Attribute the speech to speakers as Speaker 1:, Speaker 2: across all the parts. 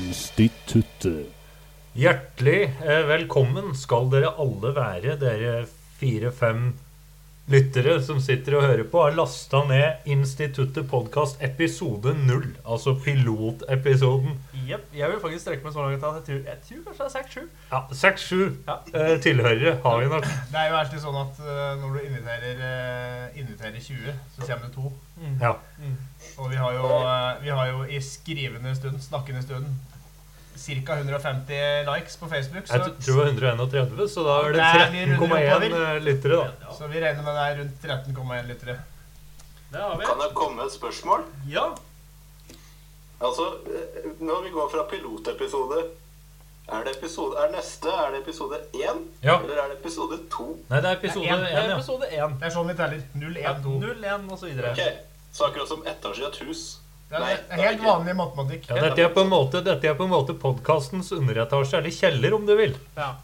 Speaker 1: Filminstituttet.
Speaker 2: Hjertelig eh, velkommen skal dere alle være, dere fire-fem lyttere som sitter og hører på. Har lasta ned Instituttet podkast episode null, altså pilotepisoden.
Speaker 3: Jep, jeg vil faktisk strekke meg så langt at jeg tror, jeg tror kanskje det er seks, sju.
Speaker 2: Ja, Seks-sju
Speaker 3: Ja.
Speaker 2: eh, tilhørere har vi nok.
Speaker 4: Det er jo alltid sånn at eh, når du inviterer, eh, inviterer 20, så kommer det to.
Speaker 2: Ja.
Speaker 4: Og vi har jo, eh, vi har jo i skrivende stund, snakkende stund, ca. 150 likes på Facebook.
Speaker 2: Jeg
Speaker 4: Så,
Speaker 2: t- tror det var 131, så da er det
Speaker 4: Der vi runder
Speaker 2: 13,1
Speaker 4: oppover.
Speaker 2: eh, lyttere, da.
Speaker 4: så vi regner med det er rundt 13,1 lyttere.
Speaker 3: Det har
Speaker 5: Kan det komme et spørsmål?
Speaker 3: Ja.
Speaker 5: Altså, eh, når vi går fra pilotepisode Er det episode Er neste er det episode én?
Speaker 2: Ja.
Speaker 5: Eller er det episode to?
Speaker 2: Nei, det er episode
Speaker 3: Det er
Speaker 2: én, ja.
Speaker 3: episode én.
Speaker 4: Det er sånn vi teller. 0, 1, 2.
Speaker 3: 0, 1 og så videre.
Speaker 5: Ok, Så akkurat som etasje i et hus.
Speaker 4: Det er,
Speaker 5: Nei,
Speaker 4: det
Speaker 5: det
Speaker 4: er
Speaker 5: er
Speaker 4: helt
Speaker 5: ikke.
Speaker 4: vanlig matematikk.
Speaker 2: Ja, dette er på en måte, dette er på en måte podkastens underetasje, eller kjeller, om du vil.
Speaker 3: Ja.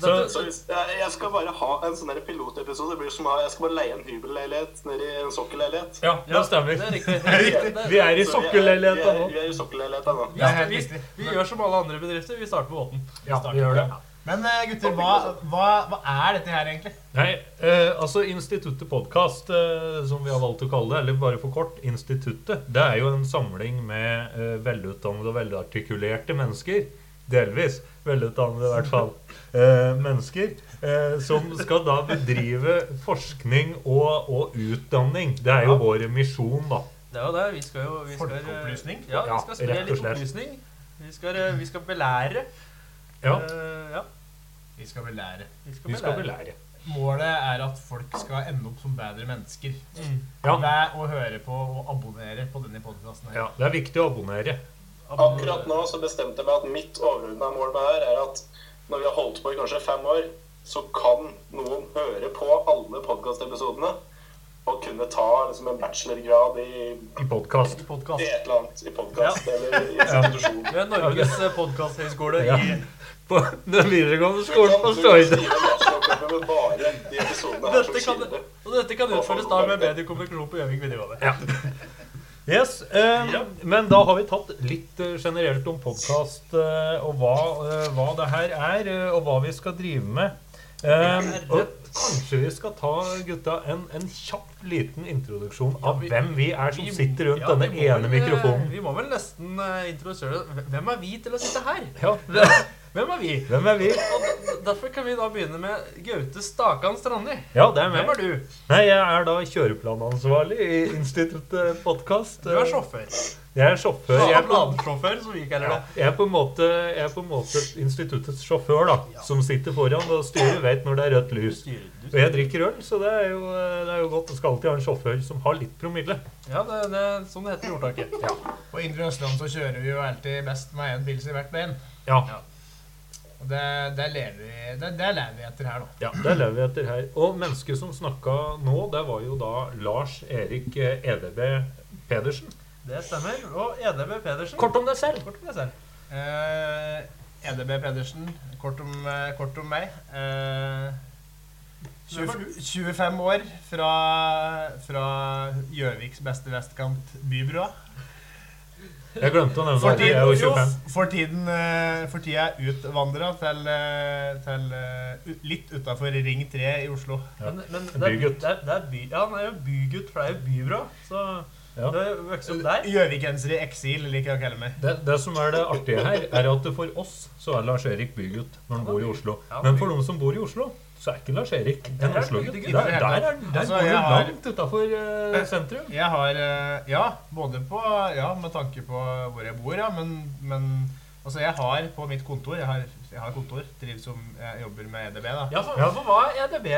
Speaker 2: Så,
Speaker 5: Så hvis, jeg, jeg skal bare ha en sånn der pilotepisode. Det blir som å ha- Jeg skal bare leie en hybelleilighet nede i en sokkelleilighet.
Speaker 2: ja, det stemmer.
Speaker 3: Det er riktig.
Speaker 2: Vi er i
Speaker 5: Så vi er-
Speaker 2: sokkelleiligheta
Speaker 5: vi er-
Speaker 2: nå.
Speaker 5: Vi er i sokkelleiligheta nå.
Speaker 4: Det er helt
Speaker 3: vi,
Speaker 4: riktig.
Speaker 3: vi gjør som alle andre bedrifter. Vi starter på båten.
Speaker 2: Ja, vi gjør det.
Speaker 4: Men eh, gutter, hva, hva, hva er dette her egentlig?
Speaker 2: Nei, eh, altså Instituttet Podkast, eh, som vi har valgt å kalle det, eller bare for kort, Instituttet, det er jo en samling med eh, velutdannede og velartikulerte mennesker. Delvis velutdannede, i hvert fall. Eh, mennesker. Eh, som skal da bedrive forskning og, og utdanning. Det er jo vår misjon, da.
Speaker 3: Det er jo det. Vi skal jo vi skal,
Speaker 4: Folkeopplysning?
Speaker 3: Ja,
Speaker 2: Ja,
Speaker 3: vi skal spre
Speaker 2: rett og
Speaker 3: litt
Speaker 2: slett.
Speaker 3: opplysning. Vi skal, eh, vi skal belære.
Speaker 2: Ja,
Speaker 3: Eh, ja.
Speaker 4: Vi skal vel lære.
Speaker 3: Vi skal
Speaker 2: vi skal
Speaker 3: belære.
Speaker 2: belære.
Speaker 4: Målet er at folk skal ende opp som bedre mennesker.
Speaker 3: Mm.
Speaker 2: Ja.
Speaker 4: Ved å høre på og abonnere på denne podkasten.
Speaker 2: Ja, det er viktig å abonnere.
Speaker 5: Akkurat nå så bestemte jeg meg at mitt overordna mål med her er at når vi har holdt på i kanskje fem år, så kan noen høre på alle podkastepisodene og kunne ta liksom en bachelorgrad i
Speaker 2: I podkast.
Speaker 3: I podcast.
Speaker 5: i et eller annet i podkast eller i institusjon.
Speaker 3: Vi er Norges eh, podcasthøyskole
Speaker 2: Ja.
Speaker 3: i
Speaker 2: På den videregående
Speaker 5: Du
Speaker 2: skolen
Speaker 5: kan
Speaker 2: på
Speaker 5: du kan
Speaker 2: Støyde.
Speaker 5: skrive en bacheloroppgave med bare de episodene her som
Speaker 3: Dette kan,
Speaker 5: kilde.
Speaker 3: og dette kan utføres da med mediekommunikasjon på Gjøvik videregående.
Speaker 2: Yes, eh, Men da har vi tatt litt eh, generelt om podkast eh, og hva, eh, hva det her er, eh, og hva vi skal drive med. Eh, og kanskje vi skal ta gutta en, en kjapp liten introduksjon av
Speaker 3: vi-
Speaker 2: hvem vi er som
Speaker 3: Vi-
Speaker 2: sitter rundt
Speaker 3: ja,
Speaker 2: denne
Speaker 3: vi må
Speaker 2: ene
Speaker 3: vel, eh,
Speaker 2: mikrofonen.
Speaker 3: Vi må vel nesten eh, introdusere Hvem er vi til å sitte her?
Speaker 2: Ja, hvem-
Speaker 3: Hvem er vi?
Speaker 2: Hvem er vi?
Speaker 3: Og da- derfor kan vi da begynne med Gaute Stakan Strandli.
Speaker 2: Ja, det er
Speaker 3: Hvem er
Speaker 2: meg.
Speaker 3: du?
Speaker 2: Nei, jeg er da kjøreplanansvarlig i Instituttet Podkast.
Speaker 3: Du er sjåfør.
Speaker 2: Jeg er sjåfør. Jeg er på
Speaker 3: Bladsjåfør, som vi kaller
Speaker 2: Ja,
Speaker 3: det.
Speaker 2: jeg er på en måte, jeg er på en måte instituttets sjåfør, da. Som sitter foran og styrer, vet når det er rødt lys.
Speaker 3: Styrer
Speaker 2: Og jeg drikker øl, så det er jo, eh, det er jo godt. Jeg skal alltid ha en sjåfør som har litt promille.
Speaker 3: Ja, det, det er sånn det heter i ordtaket.
Speaker 4: På Indre Østland så kjører vi jo alltid best med én pils i hvert bein.
Speaker 2: Ja,
Speaker 4: Og det, det, lever vi, det, det lever vi etter her, da.
Speaker 2: ja det lever vi etter her. Og mennesket som snakka nå, det var jo da Lars Erik eh, EDB Pedersen.
Speaker 3: Det stemmer. Og EDB Pedersen.
Speaker 2: Kort om deg selv.
Speaker 3: Kort om deg selv.
Speaker 4: Eh, EDB Pedersen, kort om, eh, kort om meg. Eh,
Speaker 3: Hvem er
Speaker 4: 20, 25 år fra, fra Gjøviks beste vestkant, Bybrua.
Speaker 2: Jeg glemte å nevne
Speaker 4: For
Speaker 2: at jeg er jo
Speaker 4: tiden,
Speaker 2: 25.
Speaker 4: for tiden, eh, for tida utvandra til, eh, til eh, u- litt utafor Ring 3 i Oslo.
Speaker 2: Ja.
Speaker 3: Men, men det, er,
Speaker 2: Bygutt.
Speaker 3: det, er, det er by... Ja, han er jo bygutt, for det er jo bybra. Så
Speaker 2: Ja.
Speaker 3: du er jo vokst opp der.
Speaker 4: Gjøvikenser i eksil, liker jeg å kalle meg.
Speaker 2: Det, det som er det artige her, er at det for oss så er Lars Erik bygutt når han bor i Oslo. Men for de som bor i Oslo, så er ikke Lars Erik en Oslo-gutt. Der, der, er- der
Speaker 4: Altså,
Speaker 2: bor du
Speaker 4: jeg har-
Speaker 2: langt utafor sentrum.
Speaker 4: Jeg har eh, Ja, både på Ja, med tanke på hvor jeg bor, ja, men, men Altså, jeg har på mitt kontor Jeg har, jeg har kontor. Driver som Jeg jobber med EDB, da.
Speaker 3: Ja, for, for hva er EDB?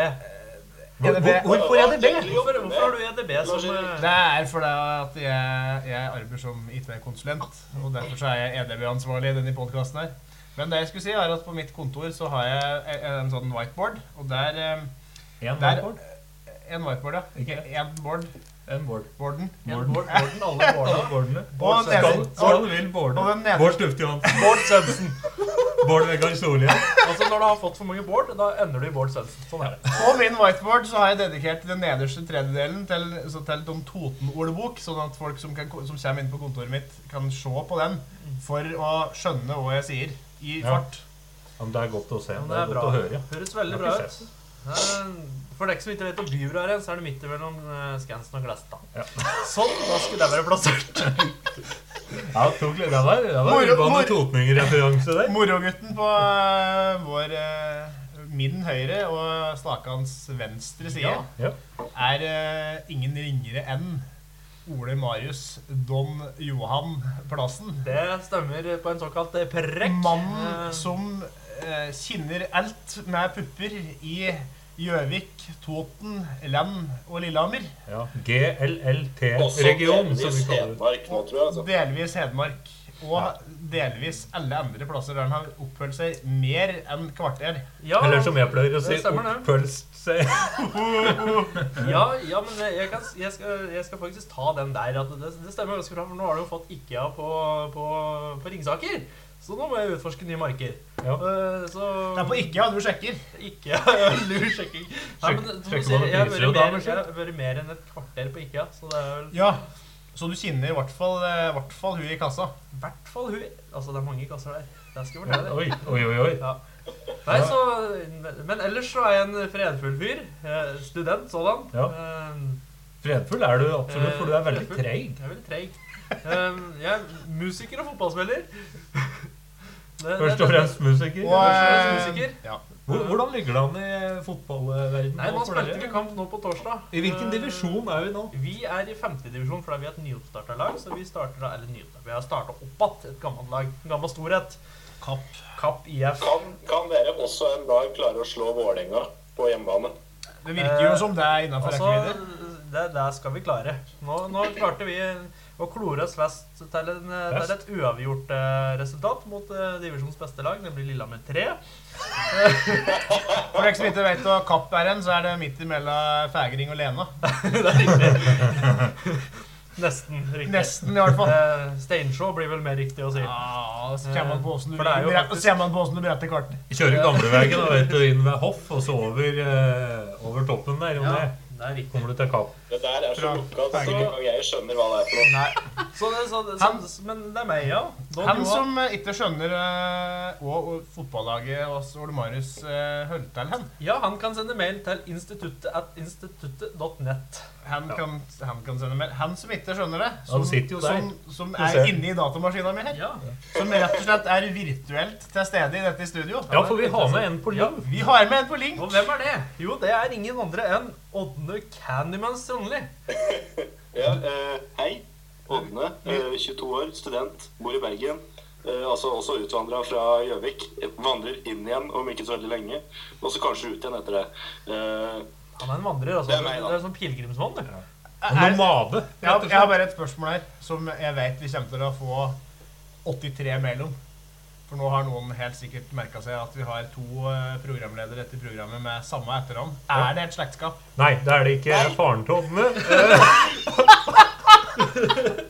Speaker 2: Hvor, hvor, hvorfor er det det?
Speaker 3: Hvorfor, hvorfor har du EDB som eh,
Speaker 4: Det er fordi at jeg, jeg arbeider som IT-konsulent, og derfor så er jeg EDB-ansvarlig i denne podkasten her. Men det jeg skulle si, er at på mitt kontor så har jeg e- en sånn whiteboard, og der eh,
Speaker 2: En
Speaker 4: Der-
Speaker 2: Bård.
Speaker 4: En whiteboard, ja. Ikke en board.
Speaker 2: En Bård.
Speaker 4: Borden.
Speaker 2: Bård. Bård. Alle
Speaker 3: eh,
Speaker 2: Bårdene. Bårdene.
Speaker 4: Og
Speaker 2: Skal,
Speaker 4: nesen-
Speaker 2: skal vil Bården.
Speaker 4: og den nederste-
Speaker 2: Bård Stufte Johansen. Bård Sømsen. Bård Vegar Solhjell.
Speaker 3: Altså Når du har fått for mange Bård, da ender du i Bård Svendsen. Sånn er det.
Speaker 4: På min whiteboard så har jeg dedikert den nederste tredjedelen til, så til en Toten-ordbok, sånn at folk som, kan, som kommer inn på kontoret mitt, kan se på den for å skjønne hva jeg sier i
Speaker 2: Ja.
Speaker 4: fart.
Speaker 2: Ja, men det er godt å se.
Speaker 3: Men
Speaker 2: Det er godt å høre.
Speaker 3: Høres
Speaker 2: Jeg
Speaker 3: veldig bra
Speaker 2: har ikke
Speaker 3: ut. Eh, For deg som ikke vet om Bybrua er, så er det midt mellom eh, Skansen og Glesta.
Speaker 2: Ja.
Speaker 3: Sånn, da skulle det være plassert.
Speaker 2: Ja, tok litt. Det var, det var
Speaker 4: Moro-
Speaker 2: Urban
Speaker 4: mor-
Speaker 2: og Totning-referanse der.
Speaker 4: Morogutten på eh, vår eh, min høyre og Stakans venstre side
Speaker 3: Ja.
Speaker 2: Ja.
Speaker 4: er eh, ingen ringere enn Ole Marius Don Johan Plassen.
Speaker 3: Det stemmer på en såkalt eh, prekk. Eh,
Speaker 4: Mannen som eh, kjenner alt med pupper i Gjøvik, Toten, Lem og Lillehammer.
Speaker 2: ja.
Speaker 5: Også
Speaker 2: GLLT-region, eh, som
Speaker 5: delvis
Speaker 2: vi kaller det.
Speaker 5: Hedmark nå, tror jeg. Altså.
Speaker 4: Delvis Hedmark. Og delvis alle andre plasser der han har oppholdt seg mer enn kvarter.
Speaker 3: ja,
Speaker 2: Eller som jeg pleier å si,
Speaker 3: Det stemmer det.
Speaker 2: oppfølst seg.
Speaker 3: ja, ja, men jeg, jeg, kan, jeg, skal, jeg skal faktisk ta den der. At det, det stemmer ganske bra, for nå har du jo fått IKEA på, på, på Ringsaker. Så nå må jeg utforske nye marker.
Speaker 2: Ja.
Speaker 3: Eh, Så
Speaker 4: Det er på IKEA du sjekker.
Speaker 3: Ikke lur sjekking. Nei, men som du
Speaker 2: Sjekk-
Speaker 3: sier,
Speaker 2: sjekk
Speaker 3: jeg har
Speaker 2: hva det priser,
Speaker 3: vært
Speaker 2: da,
Speaker 3: mer,
Speaker 2: kanskje?
Speaker 3: jeg har vært mer enn et kvarter på IKEA, så det er vel
Speaker 4: Ja. Så du kjenner i hvert fall, eh, hvert fall hun i kassa.
Speaker 3: i hvert fall hun Altså, det er mange kasser der. Det er skummelt.
Speaker 2: Ja,
Speaker 3: det er det.
Speaker 2: Oi, oi, oi. oi.
Speaker 3: Ja. Nei, så, men ellers så er jeg en fredfull fyr. Eh, Student sådan.
Speaker 2: Ja.
Speaker 3: Eh,
Speaker 2: Fredfull er du absolutt, for du er veldig
Speaker 3: Fredfull.
Speaker 2: treig.
Speaker 3: Jeg er veldig treig. Eh, Jeg er musiker og fotballspiller. Det- det-
Speaker 2: Først og fremst musiker.
Speaker 4: Og,
Speaker 2: Ehm,
Speaker 3: er
Speaker 4: eh,
Speaker 3: musiker.
Speaker 4: ja.
Speaker 2: Hvor- Hvordan ligger det an i fotballverdenen?
Speaker 3: Nei, nå
Speaker 2: nå for
Speaker 3: spilte vi
Speaker 2: dere?
Speaker 3: kamp nå på torsdag.
Speaker 2: I hvilken
Speaker 3: Eh,
Speaker 2: divisjon er vi nå?
Speaker 3: Vi er i femtedivisjon fordi vi er et nyoppstarta lag. Så vi starter da, eller nyoppstartet, vi har starta opp igjen et gammelt lag. En gammel storhet.
Speaker 4: Kapp.
Speaker 3: Kapp IF.
Speaker 5: Kan, kan dere også en dag klare å slå Vålerenga på hjemmebane?
Speaker 4: Det virker jo
Speaker 3: Eh,
Speaker 4: som det er innafor
Speaker 3: Altså,
Speaker 4: rekkevidde.
Speaker 3: det, det skal vi klare. Nå, nå klarte vi å klore oss fast til, en, eh, til et uavgjort eh, resultat mot eh, divisjons beste lag, nemlig Lillehammer 3.
Speaker 4: For dere som ikke vet hva Kapp er hen, så er det midt imellom Fægring og Lena.
Speaker 3: det er riktig. Nesten riktig.
Speaker 4: Nesten, i hvert fall.
Speaker 3: Eh, Steinsjå blir vel mer riktig å si.
Speaker 4: Ja, så kommer man på åssen du,
Speaker 3: For det er jo
Speaker 4: bre-
Speaker 3: faktisk-
Speaker 4: så kommer man på åssen du bretter kartene.
Speaker 2: Kjører gamleveien og vet du, inn ved hoff, og så over, eh, over toppen der. Om det
Speaker 3: det er riktig.
Speaker 2: kommer du til Kapp.
Speaker 5: Det der er så
Speaker 4: Bra.
Speaker 5: lukka at
Speaker 4: Ferdig.
Speaker 5: ikke engang jeg skjønner hva det er for noe.
Speaker 4: Nei.
Speaker 3: Så, det- så, det-
Speaker 4: Han-
Speaker 3: så, men det er meg, ja. Don
Speaker 4: Han
Speaker 3: Johan.
Speaker 4: som eh, ikke skjønner eh, hva eh, fotballaget hos Ole Marius eh, holder til hen,
Speaker 3: Ja, han kan sende mail til instituttet at instituttet.net.
Speaker 4: han kan, han kan sende mail. Han som ikke skjønner det,
Speaker 2: Han
Speaker 4: som,
Speaker 2: sitter jo der.
Speaker 4: som, som
Speaker 2: Du
Speaker 4: er
Speaker 2: ser.
Speaker 4: inne i datamaskina mi her,
Speaker 3: Ja.
Speaker 4: som rett og slett er virtuelt til stede i dette studio
Speaker 2: Ja, for vi har med en på
Speaker 3: altså. Ja.
Speaker 2: liv.
Speaker 4: Vi har med en på link.
Speaker 3: Og hvem er det? Jo, det er ingen andre enn Ådne Candyman Strandli.
Speaker 5: Ja, eh, hei. Ådne,
Speaker 3: Mm.
Speaker 5: eh, 22 år, student, bor i Bergen. Eh, altså også utvandra fra Gjøvik. Vandrer inn igjen om ikke så veldig lenge. Og så kanskje ut igjen etter det. Eh,
Speaker 3: Han er en vandrer, altså.
Speaker 5: Det er meg, da.
Speaker 3: Det er sånn pilegrimsmann, det.
Speaker 2: En nomade.
Speaker 4: Jeg har,
Speaker 2: rett og
Speaker 4: jeg har
Speaker 2: slett.
Speaker 4: bare et spørsmål her som jeg vet vi kommer til å få 83 mail om. For nå har noen helt sikkert merka seg at vi har to eh, programledere etter programmet med samme etternavn.
Speaker 2: Ja.
Speaker 4: Er det et slektskap?
Speaker 2: Nei, det er det ikke. Jeg er faren til Ådne. Eh,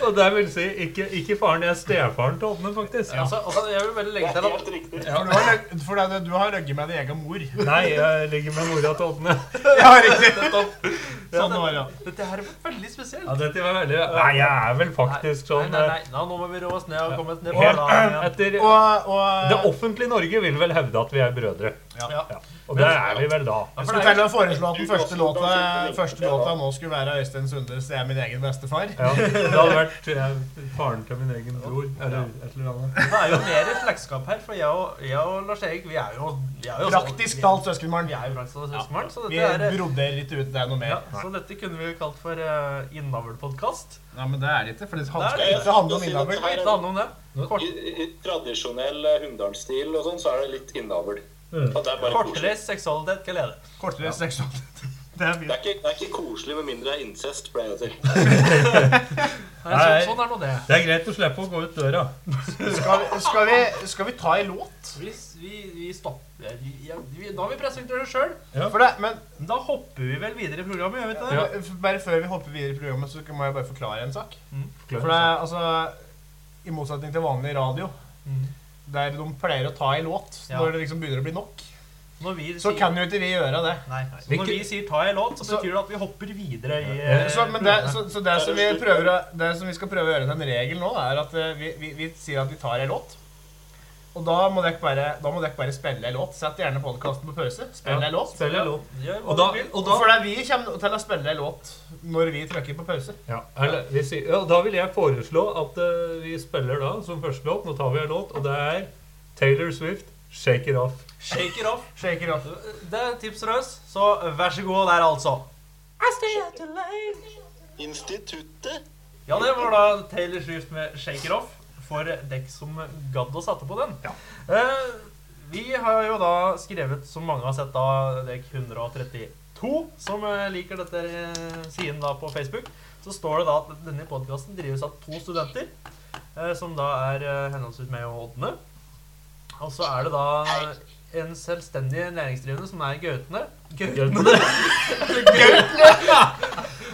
Speaker 2: Og det vil si ikke, ikke faren, jeg er stefaren til Ådne, faktisk.
Speaker 3: Altså, altså, jeg vil bare legge
Speaker 5: det
Speaker 3: til
Speaker 5: er
Speaker 3: at
Speaker 5: helt riktig.
Speaker 4: For du har, løg- for det, du har løgget med din egen mor.
Speaker 2: Nei, jeg ligger med mora til Ådne.
Speaker 4: Ja, riktig. Sånn var det.
Speaker 3: dette her var veldig spesielt.
Speaker 2: Ja, dette var veldig Nei, jeg er vel faktisk
Speaker 3: Nei,
Speaker 2: sånn
Speaker 3: nei, nei, nei, nå må vi roe oss ned og komme oss ned
Speaker 2: eh,
Speaker 3: på planen
Speaker 2: Helt
Speaker 3: igjen.
Speaker 2: etter
Speaker 4: Og,
Speaker 2: Det
Speaker 4: og
Speaker 2: offentlige Norge vil vel hevde at vi er brødre.
Speaker 4: ja.
Speaker 3: Ja.
Speaker 2: Ja. Og det er vi vel da.
Speaker 4: Jeg skulle til å foreslå at den første låta, første låta nå skulle være Øystein Sundes 'Jeg er min egen bestefar'.
Speaker 2: Ja, det hadde vært eh, faren til min egen bror, eller et eller annet.
Speaker 3: Det er jo mer slektskap her, for jeg og, jeg og Lars Erik, vi er jo, vi er jo
Speaker 4: Praktisk
Speaker 3: da.
Speaker 4: talt søskenbarn.
Speaker 3: Vi er jo praktisk talt søskenbarn, så
Speaker 4: Vi
Speaker 3: dette er
Speaker 4: broderer ikke ut deg noe mer.
Speaker 3: ja, så dette kunne vi jo kalt for uh, innavlpodkast.
Speaker 4: Ja, men det er det ikke, for
Speaker 3: Det
Speaker 4: det
Speaker 3: er
Speaker 4: handler
Speaker 3: det.
Speaker 4: ikke handle om innavl.
Speaker 3: Skal vi ikke handle om det? Kort,
Speaker 5: I, i tradisjonell eh, Hunndalsstil og sånn, så er det litt innavl.
Speaker 3: Mm.
Speaker 5: At det er bare koselig.
Speaker 3: kortreist seksualitet, hva leder det?
Speaker 4: Kortere seksualitet. Det er
Speaker 5: Det
Speaker 4: fint.
Speaker 5: er, ikke, det er ikke koselig med mindre det er incest, pleier jeg å si.
Speaker 3: Nei, så, sånn er nå det.
Speaker 2: Det er greit å slippe å gå ut døra.
Speaker 4: Skal, vi- skal, vi, skal vi ta en låt?
Speaker 3: Vi, vi, vi stopper vi, ja, vi, Da har vi presentert oss sjøl.
Speaker 4: For det, men
Speaker 3: Da hopper vi vel videre i programmet, gjør vi ikke det?
Speaker 2: Ja.
Speaker 4: bare før vi hopper videre i programmet, så må jeg bare forklare en sak. For det er altså I motsetning til vanlig radio, der de pleier å ta i låt
Speaker 3: Ja.
Speaker 4: når det liksom begynner å bli nok.
Speaker 3: Når vi
Speaker 4: Så
Speaker 3: sier-
Speaker 4: kan jo ikke vi gjøre det.
Speaker 3: Nei, nei. Så
Speaker 2: Hvilke-
Speaker 3: når vi sier 'ta en låt', så
Speaker 4: Så-
Speaker 3: betyr det at vi hopper videre i
Speaker 4: Eh, Så, men det, så, så det,
Speaker 5: er
Speaker 4: som vi
Speaker 5: det slutt.
Speaker 4: prøver å, det som vi skal prøve å gjøre til en regel nå, er at eh, vi, vi, vi sier at vi tar en låt. Og da må dere bare, da må dere bare spille en låt. Sett gjerne podkasten på pause. Spill en låt.
Speaker 2: Spiller låt.
Speaker 3: Gjør hva
Speaker 2: Og da,
Speaker 3: du vil.
Speaker 2: og da
Speaker 4: For det er vi kommer til å spille en låt når vi trykker på pause.
Speaker 2: Ja, eller, vi sier, ja, da vil jeg foreslå at eh, vi spiller da som første låt. Nå tar vi en låt, og det er Taylor Swift, 'Shake It Off'.
Speaker 3: Shake it off.
Speaker 4: Shake it off.
Speaker 3: Det er tips fra oss, så vær så god der, altså.
Speaker 5: Instituttet?
Speaker 3: Ja, det var da Taylor Swift med 'Shake It Off' for dekk som gadd å sette på den. Eh, vi har jo da skrevet, som mange har sett, da dekk 132, som eh, liker dette eh, siden da på Facebook. Så står det da at denne podkasten drives av to studenter, eh, som da er eh, henholdsvis meg og Ådne. Og så er det da en selvstendig næringsdrivende som er Gautene. Gautene! ja.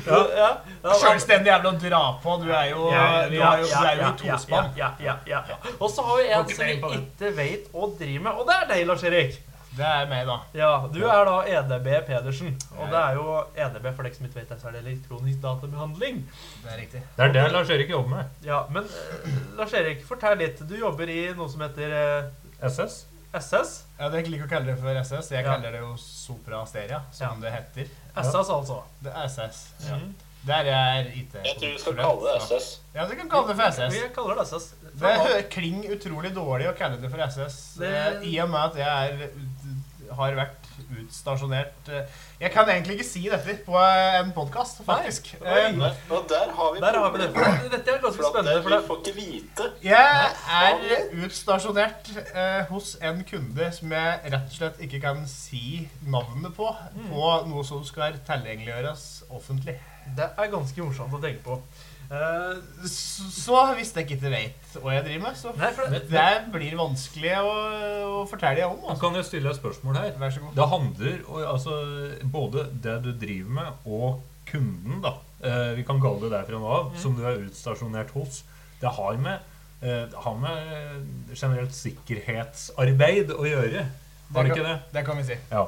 Speaker 3: ja. ja.
Speaker 4: Selvstendig jævla å dra på. Du er jo, du er jo, du er jo i tospann.
Speaker 3: Ja, ja, ja, ja. Og så har vi
Speaker 4: Har
Speaker 3: en
Speaker 4: ikke
Speaker 3: som
Speaker 4: peiling på
Speaker 3: vi
Speaker 4: det.
Speaker 3: ikke vet å drive med, og det er deg, Lars-Erik.
Speaker 4: Det er meg, da.
Speaker 3: Ja, Du er da EDB Pedersen, og det er jo EDB for deg som ikke vet det, så er det elektronisk databehandling.
Speaker 4: Det er riktig.
Speaker 2: Det er det Lars Erik jobber med.
Speaker 3: Ja, Men eh, Lars-Erik, fortell litt. Du jobber i noe som heter eh,
Speaker 2: SS.
Speaker 3: SS.
Speaker 4: Ja, Dere liker å kalle det for SS. Jeg
Speaker 3: Ja.
Speaker 4: kaller det jo Sopra Asteria, som det heter.
Speaker 3: SS, altså.
Speaker 4: Det er SS. Ja.
Speaker 3: Mhm.
Speaker 4: Der er IT.
Speaker 5: Jeg tror vi skal kalle det SS.
Speaker 4: Ja, du kan kalle det for SS.
Speaker 3: Vi kaller det SS.
Speaker 4: Det hø- kling utrolig dårlig å kalle det for SS.
Speaker 3: Det-
Speaker 4: eh, I og med at jeg er, ut- har vært utstasjonert eh, Jeg kan egentlig ikke si dette på eh, en podkast, faktisk.
Speaker 3: Nei.
Speaker 4: Eh,
Speaker 5: Nei, Og der har vi
Speaker 3: Der har vi det. Dette er ganske
Speaker 5: For at det,
Speaker 3: spennende. for
Speaker 5: vi
Speaker 3: det.
Speaker 5: får ikke vite.
Speaker 4: Jeg er utstasjonert eh, hos en kunde som jeg rett og slett ikke kan si navnet på,
Speaker 2: Mm.
Speaker 4: på noe som skal tilgjengeliggjøres offentlig.
Speaker 3: Det er ganske morsomt å tenke på. Eh,
Speaker 4: Så, så hvis jeg ikke vet hva jeg driver med, så
Speaker 3: nei, for det,
Speaker 4: det blir vanskelig å, å fortelle om.
Speaker 2: Da
Speaker 4: Altså.
Speaker 2: kan jeg stille deg et spørsmål her.
Speaker 4: Vær så god.
Speaker 2: Det handler og, altså både det du driver med, og kunden, da. Eh, vi kan kalle det det fra nå av,
Speaker 3: Mm.
Speaker 2: som du er utstasjonert hos. Det har med, eh, det har med eh, generelt sikkerhetsarbeid å gjøre. Var det ikke det?
Speaker 4: Det kan vi si.
Speaker 2: Ja.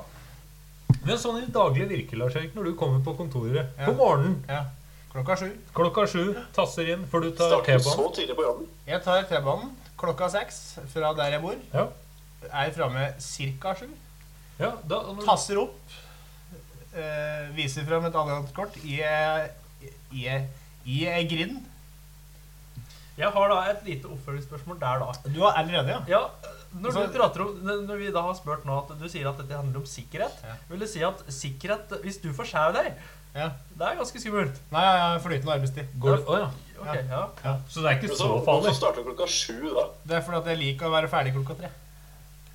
Speaker 2: Men sånn i det daglige virke, Lars Erik, når du kommer på kontoret
Speaker 4: Ja.
Speaker 2: på morgenen
Speaker 4: Ja. Klokka sju.
Speaker 2: klokka sju, tasser inn før du tar
Speaker 5: Starter så
Speaker 2: T-banen
Speaker 5: tidlig på jobben.
Speaker 4: Jeg tar T-banen klokka seks fra der jeg bor.
Speaker 2: ja.
Speaker 4: Er framme ca. sju.
Speaker 2: Ja, da, og når-
Speaker 4: Tasser opp. eh, viser fram et annet kort i eh, i, i ei grind.
Speaker 3: jeg har da et lite oppfølgingsspørsmål der, da.
Speaker 4: Du har allerede, ja?
Speaker 3: Ja, når,
Speaker 4: Altså-
Speaker 3: du prater om, når- når vi da har spurt nå at du sier at dette handler om sikkerhet,
Speaker 4: Ja.
Speaker 3: vil det si at sikkerhet Hvis du får skjære deg,
Speaker 4: ja.
Speaker 3: det er ganske skummelt.
Speaker 4: Nei, jeg har flytende arbeidstid.
Speaker 2: går det, å ja.
Speaker 3: Ok, ja.
Speaker 2: Så det er ikke
Speaker 5: Men
Speaker 2: så
Speaker 5: så
Speaker 2: farlig.
Speaker 5: hvorfor starter klokka sju, da?
Speaker 4: Det er fordi at jeg liker å være ferdig klokka tre.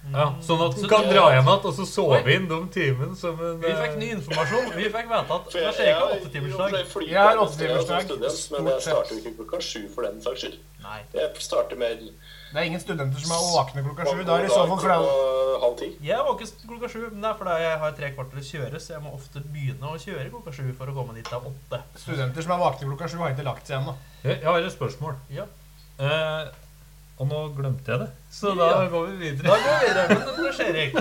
Speaker 2: Ja, sånn at du
Speaker 3: Så
Speaker 2: kan
Speaker 3: det-
Speaker 2: dra hjem igjen og så sove inn de timene som en
Speaker 3: Vi fikk ny informasjon. Vi fikk vite at det skjer ikke åttetimersdag.
Speaker 5: Jeg
Speaker 4: Jeg har
Speaker 5: har
Speaker 4: åttetimersdag,
Speaker 5: åttetimersdag. Men jeg
Speaker 4: stort sett.
Speaker 5: starter jo ikke klokka sju for den saks skyld.
Speaker 3: Nei.
Speaker 5: Jeg starter med
Speaker 4: Det er ingen studenter som er våkne klokka sju. Da er det i så fall fordi at-
Speaker 5: klokka halv ti.
Speaker 3: Jeg er våken klokka sju, men det er fordi jeg har tre kvarter å kjøre, så jeg må ofte begynne å kjøre klokka sju for å komme dit av åtte.
Speaker 4: studenter som er våkne klokka sju, har ikke lagt seg ennå.
Speaker 2: eh, Jeg jeg har et spørsmål.
Speaker 3: Ja.
Speaker 2: Eh, og nå glemte jeg det, så da
Speaker 3: Ja.
Speaker 2: går vi
Speaker 3: Da
Speaker 2: videre.
Speaker 3: går vi videre. Men Lars Erik,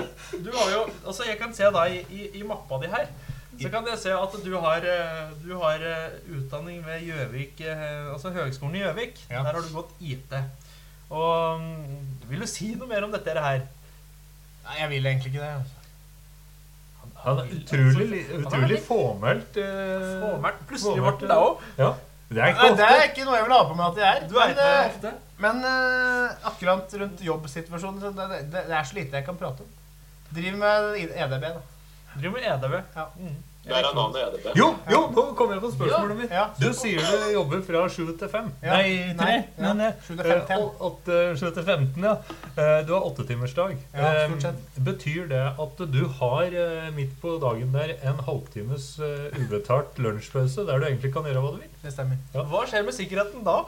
Speaker 3: du har jo Altså, jeg kan se deg i, i, i mappa di her. Så kan jeg se at du har, eh, du har eh, utdanning ved Gjøvik eh, Altså Høgskolen i Gjøvik.
Speaker 4: Ja.
Speaker 3: Der har du gått IT. Og mm, vil du si noe mer om dette her?
Speaker 4: Nei, jeg vil egentlig ikke det. altså.
Speaker 2: Han er utrolig, li-
Speaker 3: Altså,
Speaker 2: utrolig fåmælt. eh,
Speaker 3: Fåmælt. Plutselig
Speaker 2: Fåmælt,
Speaker 3: ble det deg òg.
Speaker 2: Ja. Det er ikke
Speaker 4: Nei, det er
Speaker 2: ofte.
Speaker 4: ikke noe jeg vil ha på meg at jeg er.
Speaker 3: Du er
Speaker 4: men,
Speaker 3: ikke
Speaker 4: eh,
Speaker 3: ofte.
Speaker 4: Men eh, akkurat rundt jobbsituasjonen så det, det, det er så lite jeg kan prate om. Driver med I- EDB, da.
Speaker 3: Driver med EDB.
Speaker 4: Ja.
Speaker 3: Mm.
Speaker 5: Der er navnet EDB.
Speaker 2: Jo, jo, nå kommer jeg på spørsmålet mitt.
Speaker 4: Ja.
Speaker 2: Du sier du jobber fra 7 til 5.
Speaker 4: Ja.
Speaker 2: Nei, 3.
Speaker 4: Nei, ja.
Speaker 2: Men, eh,
Speaker 4: 7 til 5, 10.
Speaker 2: eh, åt- eh, 7 til 15, ja. Eh, Du har åttetimersdag.
Speaker 4: Ja, stort
Speaker 2: Eh,
Speaker 4: sett.
Speaker 2: Betyr det at du har eh, midt på dagen der en halvtimes eh, ubetalt lunsjpause der du egentlig kan gjøre hva du vil?
Speaker 4: Det stemmer.
Speaker 3: Hva skjer med sikkerheten da?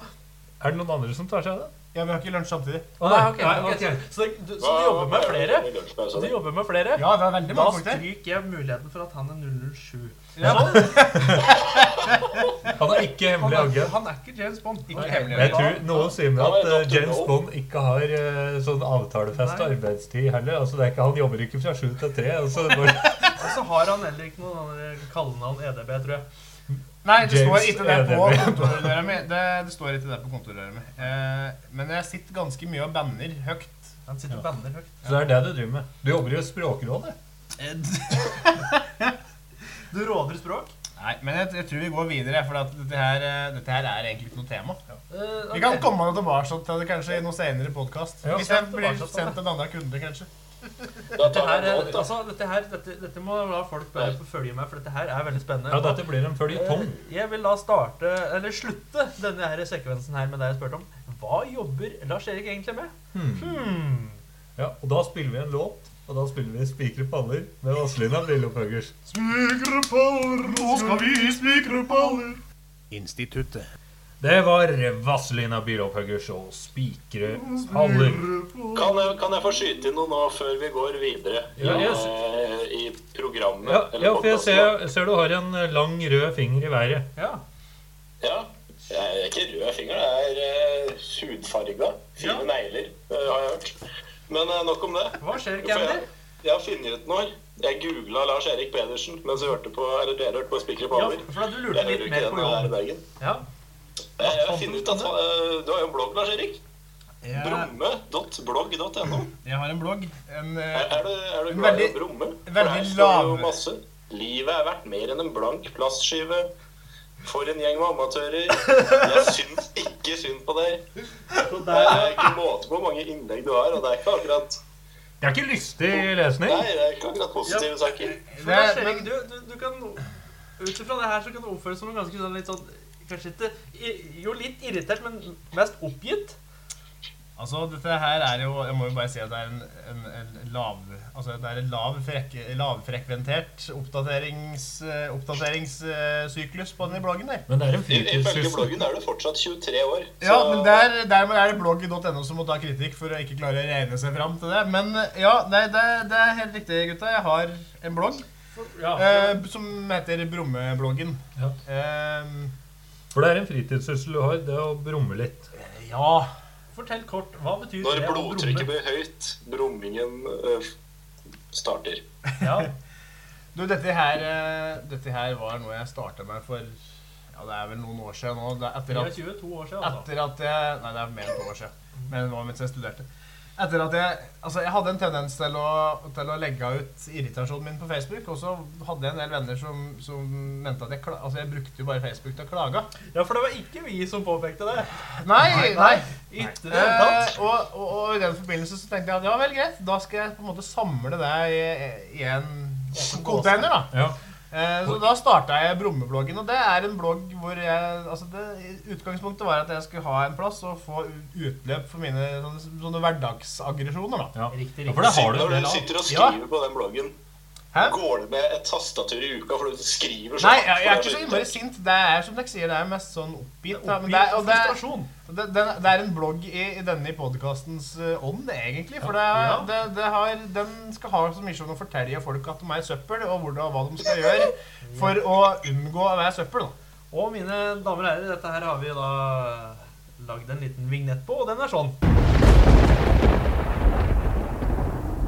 Speaker 2: Er det noen andre som tar seg av det?
Speaker 4: Ja, vi har ikke lunsj samtidig.
Speaker 2: Å,
Speaker 3: Nei, ok,
Speaker 2: nei,
Speaker 3: ok.
Speaker 2: ok.
Speaker 3: Så, du, så du jobber med flere?
Speaker 5: altså?
Speaker 3: Du jobber med flere?
Speaker 4: Ja, vi har veldig
Speaker 3: Da
Speaker 4: mange folk der.
Speaker 3: stryker jeg muligheten for at han er 007.
Speaker 4: Ja.
Speaker 2: Han er ikke hemmelig
Speaker 3: Han er,
Speaker 2: agent.
Speaker 3: han er ikke James Bond.
Speaker 4: Ikke hemmelig
Speaker 2: Jeg tror Noen sier meg
Speaker 5: Ja,
Speaker 2: at eh,
Speaker 5: Dr.
Speaker 2: James
Speaker 5: No.
Speaker 2: Bond ikke har eh, sånn avtalefesta
Speaker 3: Nei.
Speaker 2: arbeidstid heller. Altså, det er ikke, han jobber ikke fra sju til tre. Altså, når
Speaker 3: Og så har han heller ikke noen andre kallenavn EDB, tror jeg.
Speaker 4: Nei, det
Speaker 2: James
Speaker 4: står ikke det på
Speaker 2: EDB.
Speaker 4: kontordøra mi. Det, det står ikke det på kontordøra mi. Eh, men jeg sitter ganske mye og banner høyt.
Speaker 3: Han sitter
Speaker 2: Ja.
Speaker 3: og banner høyt.
Speaker 2: Så det er det du driver med. Du jobber i Språkrådet.
Speaker 3: Du råder språk.
Speaker 4: Nei, men jeg, jeg tror vi går videre, for at dette, her, eh, dette her er egentlig ikke noe tema.
Speaker 3: Eh,
Speaker 4: Vi kan
Speaker 3: ok.
Speaker 4: komme tilbake til det kanskje i noen senere podkast.
Speaker 2: Ja.
Speaker 4: Hvis jeg
Speaker 3: Kjem
Speaker 4: blir
Speaker 3: tilbake til det.
Speaker 4: sendt en annen kunde, kanskje.
Speaker 5: Dette
Speaker 3: Dette her, er-
Speaker 5: er
Speaker 3: altså, dette, her dette, dette må la folk bare få følge med, for dette her er veldig spennende.
Speaker 2: Ja, dette blir en føljetong.
Speaker 3: Eh, Jeg vil da starte, eller slutte denne her sekvensen her med det jeg spurte om. Hva jobber Lars-Erik egentlig med?
Speaker 2: Hmm.
Speaker 3: Hmm.
Speaker 2: Ja, og da spiller vi en låt. Og da spiller vi 'Spikre paller' med Vazelina Lillopphuggers.
Speaker 4: Nå skal vi spikre baller!
Speaker 1: Instituttet.
Speaker 2: Det var Vazelina Billopphuggers og 'Spikre paller'.
Speaker 5: Kan jeg, kan jeg få skyte inn noe nå før vi går videre i,
Speaker 2: Ja, jeg
Speaker 5: eh, i programmet?
Speaker 2: Ja,
Speaker 5: eller
Speaker 2: ja, for jeg
Speaker 5: podcasten?
Speaker 2: ser, ser du har en eh, lang, rød finger i været.
Speaker 3: Ja.
Speaker 5: Ja. Det er ikke rød finger, det er uh, hudfarga. Fine
Speaker 3: Ja.
Speaker 5: negler, eh, har jeg hørt. Men eh, nok om det.
Speaker 3: Hva skjer,
Speaker 5: For jeg,
Speaker 3: Candy?
Speaker 5: jeg har funnet ut noe. her. Jeg googla Lars Erik Pedersen mens vi hørte på, eller dere hørte på Spikker i
Speaker 3: Ja,
Speaker 5: Palmer.
Speaker 3: for da du lurte
Speaker 5: Jeg
Speaker 3: litt
Speaker 5: hører
Speaker 3: mer
Speaker 5: ikke
Speaker 3: på
Speaker 5: den her i
Speaker 3: jobb.
Speaker 5: Bergen.
Speaker 3: Ja. sånn
Speaker 5: Jeg har funnet ut at eh, Du har jo en blogg, Lars Erik.
Speaker 4: Jeg,
Speaker 5: Bromme.blogg.no.
Speaker 4: jeg har en blogg. En, eh,
Speaker 5: Er, er du, er du
Speaker 4: En
Speaker 5: glad i
Speaker 4: veldig-
Speaker 5: å bromme? For
Speaker 4: veldig
Speaker 5: her står det
Speaker 4: lav-
Speaker 5: jo masse. Livet er verdt mer enn en blank plastskive. For en gjeng med amatører. Jeg syns ikke synd på deg. Det er ikke måte på hvor mange innlegg du har, og det er ikke akkurat
Speaker 2: Det er ikke lystig lesning.
Speaker 5: Nei, det er ikke akkurat positive saker.
Speaker 3: For
Speaker 4: Det er-
Speaker 3: Lars-Erik, du, du, du kan Ut ifra det her så kan du oppføre deg som en ganske sånn litt sånn Kanskje ikke i- Jo, litt irritert, men mest oppgitt.
Speaker 4: Altså, dette her er jo Jeg må jo bare si at det er en, en, en lav Altså, det er en lav frek, lavfrekventert oppdaterings, eh, oppdateringssyklus på den i bloggen der.
Speaker 2: Men det er en
Speaker 5: Ifølge
Speaker 2: fritidssyssel.
Speaker 5: bloggen er du fortsatt 23 år. så-
Speaker 4: Ja, men der, dermed er det blogg.no som må ta kritikk for å ikke klare å regne seg fram til det. Men eh, ja, nei, det, det er helt riktig, gutta. Jeg har en blogg eh, som heter Brummebloggen.
Speaker 2: Ja.
Speaker 4: Eh,
Speaker 2: For det er en fritidssyssel du har, det er å brumme litt.
Speaker 4: ja
Speaker 3: Fortell kort. Hva betyr
Speaker 5: Når
Speaker 3: det? å bromme?
Speaker 5: blodtrykket blir høyt, brummingen eh, starter.
Speaker 3: ja.
Speaker 4: Du, dette her, eh, dette her var noe jeg starta med for Ja, det er vel noen år siden nå. Det, er
Speaker 3: Det
Speaker 4: etter
Speaker 3: er
Speaker 4: at
Speaker 3: 22 år siden, altså.
Speaker 4: Etter at jeg Nei, det er mer enn to år siden. Men det var mens jeg studerte. Etter at jeg Altså, jeg hadde en tendens til å, til å legge ut irritasjonen min på Facebook. Og så hadde jeg en del venner som, som mente at jeg kla... Altså, jeg brukte jo bare Facebook til å klage.
Speaker 3: Ja, for det var ikke vi som påpekte det.
Speaker 4: Nei! nei.
Speaker 3: Ikke det hele
Speaker 4: Eh,
Speaker 3: tatt.
Speaker 4: og, og, og i den forbindelse så tenkte jeg at ja vel, greit. Da skal jeg på en måte samle det i, i en container, da.
Speaker 2: Ja.
Speaker 4: Eh, Så da starta jeg Brummebloggen, og det er en blogg hvor jeg altså det, Utgangspunktet var at jeg skulle ha en plass og få u- utløp for mine sånne, sånne hverdagsaggresjoner. da.
Speaker 2: Ja.
Speaker 3: Riktig,
Speaker 2: ja, for det har du en
Speaker 5: Når
Speaker 2: del
Speaker 5: du
Speaker 2: av.
Speaker 5: sitter og
Speaker 4: Ja.
Speaker 5: skriver på den bloggen,
Speaker 4: Hæ?
Speaker 5: går det med et tastatur i uka fordi du skriver så
Speaker 4: Nei,
Speaker 5: hardt
Speaker 4: jeg, jeg
Speaker 5: for
Speaker 4: er
Speaker 5: det
Speaker 4: ikke så
Speaker 5: er
Speaker 4: innmari
Speaker 5: ute.
Speaker 4: sint. Det er som dere sier, det er mest sånn oppgitt. da, men
Speaker 3: Oppgitt
Speaker 4: det, er- og
Speaker 3: og
Speaker 4: det, er-
Speaker 3: frustrasjon.
Speaker 4: det, det, det er en blogg i, i denne podkastens ånd, egentlig. For det,
Speaker 3: Ja.
Speaker 4: er- det, det har, den skal ha så mye som å fortelle folk at de er søppel, og hvordan, hva de skal gjøre for å unngå å være søppel. da.
Speaker 3: Og mine damer og herrer, dette her har vi da lagd en liten vignett på, og den er sånn.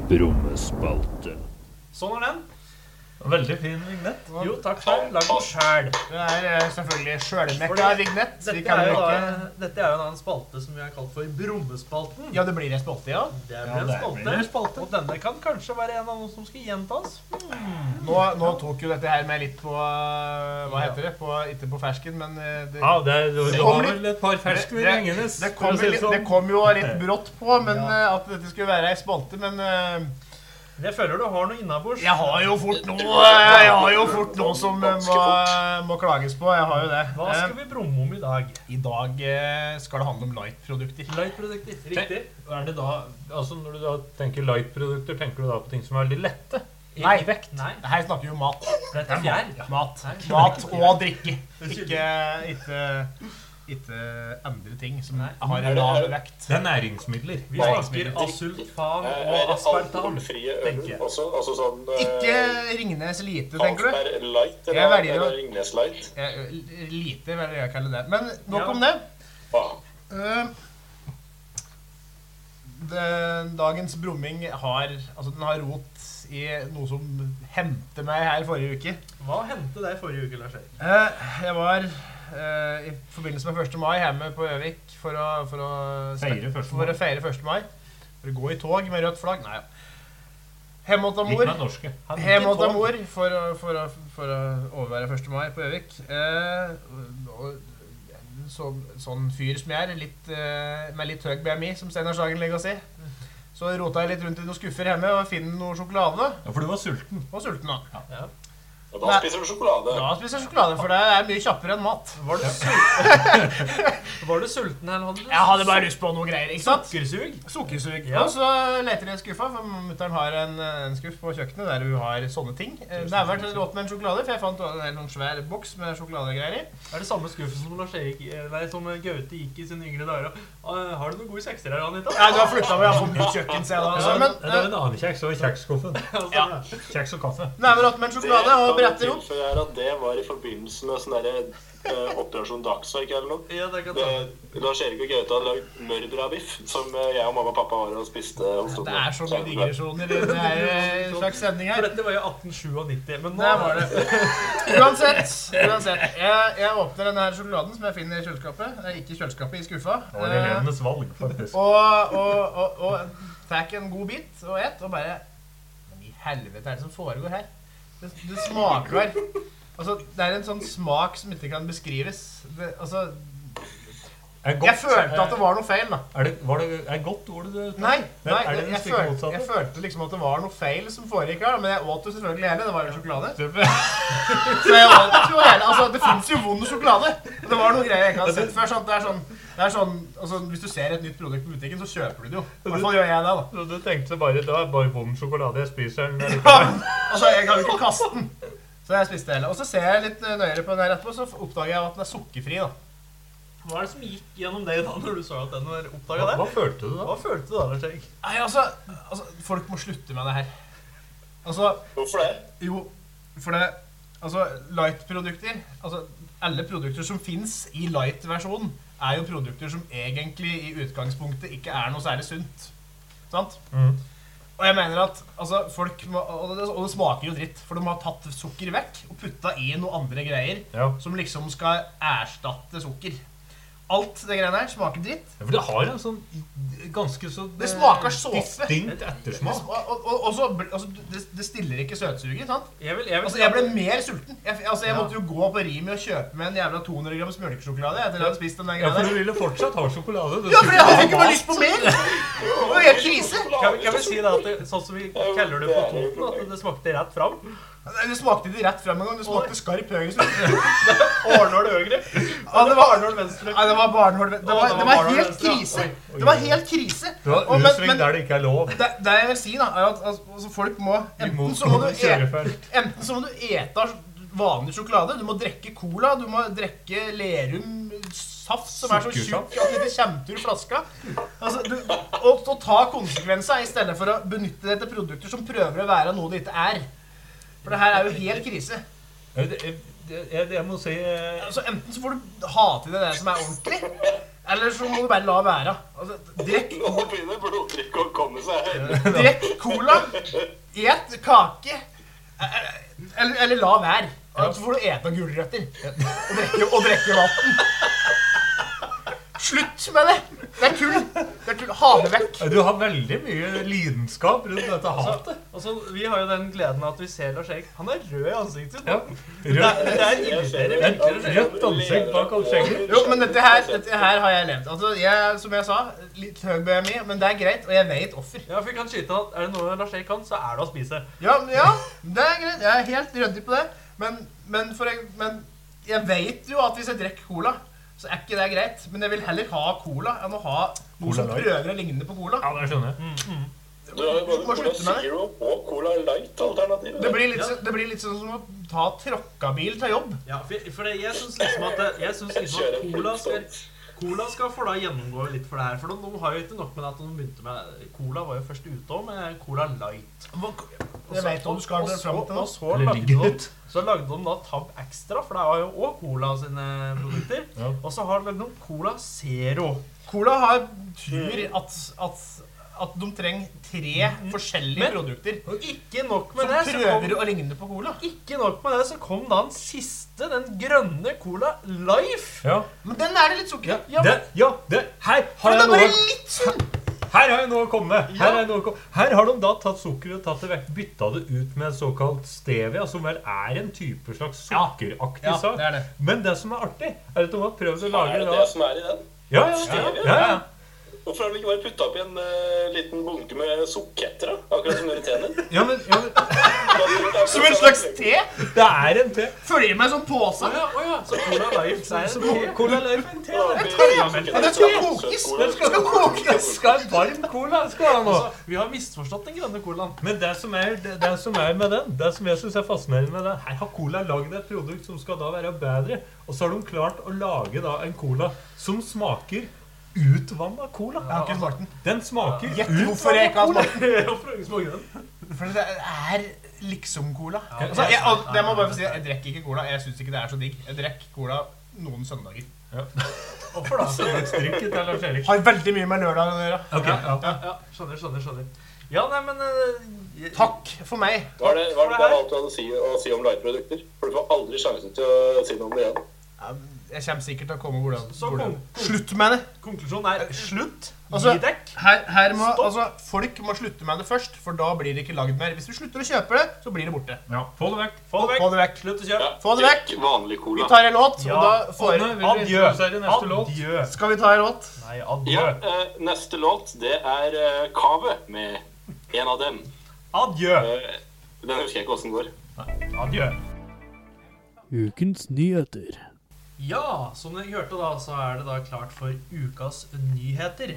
Speaker 1: Brummespalte.
Speaker 3: Sånn er den.
Speaker 2: Veldig fin vignett.
Speaker 3: Jo, takk for Lag den sjæl.
Speaker 4: Det er eh, selvfølgelig sjølmekka
Speaker 3: Fordi
Speaker 4: vignett. så Vi
Speaker 3: Dette
Speaker 4: kan
Speaker 3: er
Speaker 4: jo
Speaker 3: jo da
Speaker 4: ikke
Speaker 3: dette er jo da en spalte som vi har kalt for Brummespalten.
Speaker 4: Ja, det blir en spalte, ja.
Speaker 3: Det blir en
Speaker 2: det blir
Speaker 3: spalte.
Speaker 2: en spalte.
Speaker 3: Og denne kan kanskje være en av noen som skal gjentas.
Speaker 4: Nå, nå tok jo dette her med litt på eh, Hva heter det? På, ikke på fersken, men eh, det,
Speaker 2: Ja, det er, du
Speaker 4: Det
Speaker 2: har
Speaker 4: kom
Speaker 2: vel et par
Speaker 4: det,
Speaker 2: ferskvin hengende.
Speaker 4: det,
Speaker 2: for å
Speaker 4: kom,
Speaker 2: si det
Speaker 4: litt, det
Speaker 2: sånn.
Speaker 4: kom jo litt brått på men eh, at dette skulle være ei spalte, men eh,
Speaker 3: Jeg føler du har noe innabords.
Speaker 4: Jeg har jo fort noe eh, Jeg har jo fort noe som eh, må, må klages på. Jeg har jo det.
Speaker 3: Hva skal vi bromme om i dag?
Speaker 4: Eh, I dag eh, skal det handle om light-produkter.
Speaker 3: Light-produkter. Riktig.
Speaker 2: Er det da, altså Når du da tenker light-produkter, tenker du da på ting som er veldig lette? I
Speaker 4: Nei.
Speaker 2: vekt?
Speaker 3: Nei,
Speaker 4: Her snakker vi om mat.
Speaker 3: dette er fjær.
Speaker 4: Mat.
Speaker 3: Nei.
Speaker 4: Mat og drikke. Ikke, ikke ikke andre ting som
Speaker 3: Nei.
Speaker 4: har
Speaker 5: Er det-
Speaker 4: en
Speaker 5: er
Speaker 4: lav
Speaker 5: det-
Speaker 4: vekt.
Speaker 2: Det er næringsmidler.
Speaker 3: Vi snakker asulfan
Speaker 5: Er
Speaker 3: og
Speaker 5: det
Speaker 3: aspartam,
Speaker 5: Eh, alkoholfrie øl
Speaker 3: tenker jeg.
Speaker 5: også? Altså sånn eh,
Speaker 4: Ikke Ringnes lite, tenker du?
Speaker 5: Carlsberg Light
Speaker 4: Jeg
Speaker 5: eller,
Speaker 4: velger å-
Speaker 5: eller Ringnes Light?
Speaker 4: Jeg, lite, vil jeg kalle det. Men nok
Speaker 3: Ja.
Speaker 4: om det.
Speaker 5: Ah.
Speaker 4: Eh, det, dagens brumming har Altså, den har rot i noe som hendte meg her forrige uke.
Speaker 3: Hva hendte deg forrige uke, Lars Erik?
Speaker 4: Eh, jeg var eh, i forbindelse med 1. mai hjemme på Gjøvik for å, for å
Speaker 2: Feire 1.
Speaker 4: spe-
Speaker 2: mai.
Speaker 4: For å feire 1. mai. For å gå i tog med rødt flagg. Nei, ja. Hjemme hos
Speaker 2: Litt
Speaker 4: mor.
Speaker 2: med norske.
Speaker 3: Han gikk i
Speaker 4: Hjemme hos
Speaker 3: tog.
Speaker 4: mor for å, for, å, for å overvære 1. mai på Gjøvik. Eh, og- så, sånn fyr som jeg er, litt, eh, med litt høy BMI, som Steinar Sagen ligger og sier. Så rota jeg litt rundt i noen skuffer hjemme og finner noe sjokolade.
Speaker 2: Ja, for du var sulten.
Speaker 4: Og sulten, da.
Speaker 3: Ja.
Speaker 5: Og da
Speaker 4: Nei.
Speaker 5: spiser du sjokolade.
Speaker 4: Da spiser jeg sjokolade, for det er mye kjappere enn mat.
Speaker 3: Var du sulten? Var du sulten eller hadde du
Speaker 4: Jeg hadde bare lyst på noe greier, ikke sant?
Speaker 3: sukkersug?
Speaker 4: Sukkersug.
Speaker 3: Ja.
Speaker 4: Og så leter jeg i skuffa, for mutter'n har en, en skuff på kjøkkenet der hun har sånne ting. Eh, Det er vel rått med en sjokolade, for jeg fant en hel sånn svær boks med sjokoladegreier i.
Speaker 3: Er det samme skuffen som Lars Erik eh, Nei, som Gaute gikk i sine yngre dager? og, «Ah, Har du noen gode sekser her, Anita?
Speaker 4: Ja, du har flytta med iallfall nytt kjøkken, ser jeg da. Altså.
Speaker 2: Ja, men, det
Speaker 4: Men
Speaker 2: var en annen kjeks og kjeksskuffen.
Speaker 3: Altså,
Speaker 4: Ja.
Speaker 2: Kjeks og kaffe.
Speaker 4: eh, never att med en
Speaker 5: Det
Speaker 4: sjokolade og
Speaker 5: kan jeg
Speaker 4: bretter opp.
Speaker 5: tilføye her at det var i forbindelse med sånn derre eh, Operasjon Dagsverk eller noe.
Speaker 3: ja, det kan
Speaker 5: Det,
Speaker 3: ta.
Speaker 5: Lars Erik og Gaute hadde lagd mørbrabiff, som eh, jeg og mamma og pappa var og spiste.
Speaker 4: Det
Speaker 5: hos Tone.
Speaker 4: er så mye digresjoner i det her eh, slags sending
Speaker 3: For
Speaker 4: her.
Speaker 3: dette var jo 1897, men nå
Speaker 4: Der var det. Uansett, uansett. Jeg, jeg åpner denne her sjokoladen som jeg finner i kjøleskapet. Eh, Ikke i kjøleskapet, i skuffa.
Speaker 2: Det var
Speaker 4: Eh,
Speaker 2: elevenes valg, faktisk.
Speaker 4: Og, og, og, og tar en god bit og et, og bare Men i helvete er det som foregår her? Det, det smaker Altså, det er en sånn smak som ikke kan beskrives. Det, altså,
Speaker 2: Er godt-
Speaker 4: jeg følte at det var noe feil, da.
Speaker 2: er det, var det, er godt ordet du
Speaker 4: Nei,
Speaker 2: Men
Speaker 4: nei
Speaker 2: er det det
Speaker 4: jeg,
Speaker 2: stikk
Speaker 4: følte,
Speaker 2: motsatte?
Speaker 4: jeg følte liksom at det var noe feil som foregikk her, da, men jeg åt jo selvfølgelig hele. Det var jo sjokolade. Så jeg åt jo hele. Altså, det fins jo vond sjokolade. Og Det var noen greier jeg ikke hadde sett før. Sant? Det er sånn, det er sånn altså, Hvis du ser et nytt produkt på butikken, så kjøper du det jo. I hvert fall gjør jeg det, da.
Speaker 2: Så du tenkte bare det er bare vond sjokolade, jeg spiser den. eller-
Speaker 4: Altså, jeg kan jo ikke kaste den. Så jeg spiste hele. Og så ser jeg litt eh, nøyere på den her etterpå, så oppdager jeg at den er sukkerfri. da.
Speaker 3: Hva er det som gikk gjennom deg da når du så at den var oppdaga
Speaker 2: Hva, hva
Speaker 3: der?
Speaker 2: følte du da?
Speaker 3: Hva følte du da, Lars Erik?
Speaker 4: Nei, altså, altså Folk må slutte med det her. Altså,
Speaker 5: Hvorfor det?
Speaker 4: jo For det Altså, light-produkter Altså, alle produkter som fins i light-versjonen, er jo produkter som egentlig i utgangspunktet ikke er noe særlig sunt. Sant?
Speaker 2: Mhm.
Speaker 4: Og jeg mener at altså, folk må, og, det, og det smaker jo dritt, for de har tatt sukker vekk og putta i noe andre greier.
Speaker 2: Ja.
Speaker 4: som liksom skal erstatte sukker. Alt det greiene her smaker dritt.
Speaker 2: For det har en sånn ganske så
Speaker 4: Det smaker såpe.
Speaker 2: distinkt
Speaker 4: Det sma-
Speaker 2: ettersmak.
Speaker 4: Og, og, og så, bl- altså, det, det stiller ikke søtsuget. sant?
Speaker 3: Jeg vil, jeg vil
Speaker 4: Altså, Jeg ble mer sulten. Jeg, altså, jeg
Speaker 3: Ja.
Speaker 4: måtte jo gå på Rimi og kjøpe meg en jævla 200 grams mjølkesjokolade etter at jeg hadde spist den der
Speaker 2: Ja,
Speaker 4: greia
Speaker 2: for du
Speaker 4: der.
Speaker 2: ville fortsatt ha sjokolade. Du
Speaker 4: Ja, for jeg
Speaker 2: skulle
Speaker 4: hadde ikke
Speaker 2: ha
Speaker 4: bare
Speaker 2: mat.
Speaker 4: lyst på mer! Det var helt krise.
Speaker 3: kan, vi- kan vi si da at det, sånn som vi kaller det på Toten, at det smakte rett fram?
Speaker 4: Det smakte ikke rett frem engang. Det smakte skarp høyre slutt.
Speaker 3: Arnål høyre.
Speaker 4: Ja, det var
Speaker 3: Arnål venstre.
Speaker 4: Nei, det var barnehål. Det, var- det var helt krise. Det var helt krise.
Speaker 2: Du har
Speaker 4: Og- men-
Speaker 2: U-sving
Speaker 4: men-
Speaker 2: der det ikke er lov.
Speaker 4: Det, det jeg vil si, da, er at altså, altså, folk må Enten
Speaker 2: Imot
Speaker 4: så må du ete
Speaker 2: kjørefelt.
Speaker 4: Enten så må du ete vanlig sjokolade, du må drikke cola, du må drikke Lerum saft som er så
Speaker 2: Sukkersaft.
Speaker 4: tjukk at det ikke kommer ut flaska. Altså, du, å, å ta konsekvenser i stedet for å benytte det til produkter som prøver å være noe det ikke er. For det her er jo helt krise.
Speaker 2: Ja, det- Jeg, det- jeg, jeg må si eh,
Speaker 4: Altså, enten så får du hate det der som er ordentlig, eller så må du bare la være. Altså, drikk
Speaker 5: Nå begynner blodtrykket å komme seg.
Speaker 4: Drikk cola, et kake, eller, eller la være. Og Så får du ete gulrøtter og drikke, og drikke vann. Slutt med det! Det er tull. Det er tull. Ha det vekk.
Speaker 2: Du har veldig mye lidenskap rundt dette hatet.
Speaker 3: Altså, vi har jo den gleden at vi ser Lars Erik. Han er rød i ansiktet.
Speaker 2: Ja.
Speaker 3: Det
Speaker 2: Rødt,
Speaker 3: er, det er irriterende.
Speaker 2: et rødt ansikt bak all skjeggen.
Speaker 4: Jo, men dette her, dette her har jeg levd. Altså, jeg, som jeg sa, litt høy BMI, men det er greit, og jeg vet offer.
Speaker 3: Ja, for vi kan skyte at Er det noe Lars Erik kan, så er det å spise.
Speaker 4: Ja, men ja, det er greit. Jeg er helt ryddig på det. Men, men, for jeg, men jeg vet jo at hvis jeg drikker cola, så er ikke det greit. Men jeg vil heller ha cola enn å ha noe
Speaker 2: Cola
Speaker 4: som
Speaker 2: Light.
Speaker 4: prøver å ligne på cola.
Speaker 2: Ja, det skjønner jeg.
Speaker 5: Du har jo
Speaker 4: Du må
Speaker 5: både Cola
Speaker 4: slutte med det.
Speaker 5: Zero og Cola Light-alternativet.
Speaker 4: Det blir litt, så- det blir litt sånn som å ta tråkkabil til jobb.
Speaker 3: Ja, for, for det, jeg syns liksom at, jeg synes liksom at cola, skal, cola skal få da gjennomgå litt for det her. For de, de har jo ikke nok med at de begynte med Cola var jo først ute òg, med Cola Light.
Speaker 4: Jeg vet hva du skal
Speaker 3: og,
Speaker 4: fram
Speaker 3: så,
Speaker 4: til nå.
Speaker 3: og så,
Speaker 2: Eller
Speaker 3: lagde
Speaker 2: ligger
Speaker 3: de,
Speaker 2: ut.
Speaker 3: så lagde de da Tab Extra, for det var jo òg Cola sine produkter.
Speaker 2: Ja.
Speaker 3: Og så har de lagd noen Cola Zero.
Speaker 4: Cola har tur at, at, at de trenger tre forskjellige
Speaker 3: Men-
Speaker 4: produkter
Speaker 3: Og ikke nok
Speaker 4: som
Speaker 3: med det, så kom,
Speaker 4: prøver å ligne på cola.
Speaker 3: ikke nok med det, så kom da den siste, den grønne Cola Life.
Speaker 2: Ja.
Speaker 4: Men den er det litt sukker i.
Speaker 3: Ja,
Speaker 2: Det, ja, det, her har
Speaker 4: Men
Speaker 2: jeg
Speaker 4: det er
Speaker 2: noe
Speaker 4: bare litt sunn.
Speaker 2: Her har jeg noe å komme med. Her,
Speaker 3: Ja.
Speaker 2: har jeg noe å komme. her har de da tatt sukkeret og tatt det vekk. Bytta det ut med såkalt stevia, som vel er en type slags
Speaker 4: Ja.
Speaker 2: sukkeraktig
Speaker 4: Ja,
Speaker 2: sak.
Speaker 4: det er det.
Speaker 2: Men det som er artig, er at de har prøvd å
Speaker 5: Er
Speaker 2: lage
Speaker 5: det altså?
Speaker 2: da
Speaker 5: det som er i den?
Speaker 2: ja, ja, ja,
Speaker 5: Stevia?
Speaker 2: ja, ja.
Speaker 5: Hvorfor har de ikke bare putta oppi en eh, liten bunke med sukketter, da? Akkurat som Nuritenen?
Speaker 2: ja, men, ja, men
Speaker 4: Som en slags te.
Speaker 2: det er en te.
Speaker 4: Følger med en sånn pose.
Speaker 3: Å ja, å ja, så Cola Life er
Speaker 2: Så
Speaker 3: en te.
Speaker 2: Cola Life er en te.
Speaker 5: Ja,
Speaker 4: te.
Speaker 5: det-
Speaker 4: Men den skal kokes. Den skal kokes.
Speaker 2: Skal en varm cola skal han ha.
Speaker 3: Altså, vi har misforstått den grønne colaen.
Speaker 2: Men det som er, det, det som er med den, det som jeg synes er fascinerende med den Her har Cola lagd et produkt som skal da være bedre, og så har de klart å lage da en cola som smaker utvanna cola.
Speaker 4: Jeg har ikke smakt den.
Speaker 2: Den smaker
Speaker 4: Gjett hvorfor altså,
Speaker 2: utvanna
Speaker 4: jeg ikke har
Speaker 2: cola.
Speaker 4: smakt den.
Speaker 3: Hvorfor har du smakt den?
Speaker 4: For det er liksom-cola.
Speaker 3: Ja,
Speaker 4: Altså, jeg, al- det må jeg bare få si, jeg drikker ikke cola. Jeg syns ikke det er så digg. Jeg drikker cola noen søndager.
Speaker 3: Hvorfor da?
Speaker 2: Drikket av Lars Erik.
Speaker 4: Har veldig mye med lørdag å gjøre.
Speaker 2: Ok, ja.
Speaker 3: Ja, ja, skjønner, skjønner, skjønner. Ja, nei, men eh, jeg-
Speaker 4: Takk for meg.
Speaker 5: Hva er det, hva er det du har valgt å si, å si om light-produkter? For du får aldri sjansen til å si noe om det igjen.
Speaker 4: Jeg kommer sikkert til å komme hvordan,
Speaker 3: Så
Speaker 4: hvordan.
Speaker 3: kom-
Speaker 4: Slutt med det!
Speaker 3: Konklusjonen er slutt.
Speaker 4: Altså-
Speaker 3: Gi dekk.
Speaker 4: Her, her må,
Speaker 3: Stopp.
Speaker 4: altså, folk må slutte med det først, for da blir det ikke lagd mer. Hvis du slutter å kjøpe det, så blir det borte.
Speaker 2: ja. Få det vekk.
Speaker 3: Få det
Speaker 4: Få
Speaker 3: vekk.
Speaker 4: det vekk.
Speaker 3: Slutt å kjøpe.
Speaker 4: Få det vekk.
Speaker 5: Drikk vanlig
Speaker 4: Vi
Speaker 5: cola.
Speaker 4: tar en låt,
Speaker 3: Ja.
Speaker 4: og da får
Speaker 2: Ånne, vil du
Speaker 3: Adjø.
Speaker 2: introdusere neste låt?
Speaker 3: Adjø.
Speaker 4: Skal vi ta en låt?
Speaker 3: Nei, adjø.
Speaker 5: Ja, eh, neste låt, det er eh, Kave med en av dem.
Speaker 3: Adjø.
Speaker 5: Eh, den husker jeg ikke åssen går.
Speaker 3: Adjø.
Speaker 1: Ukens nyheter.
Speaker 3: Ja, som dere hørte da, så er det da klart for ukas nyheter.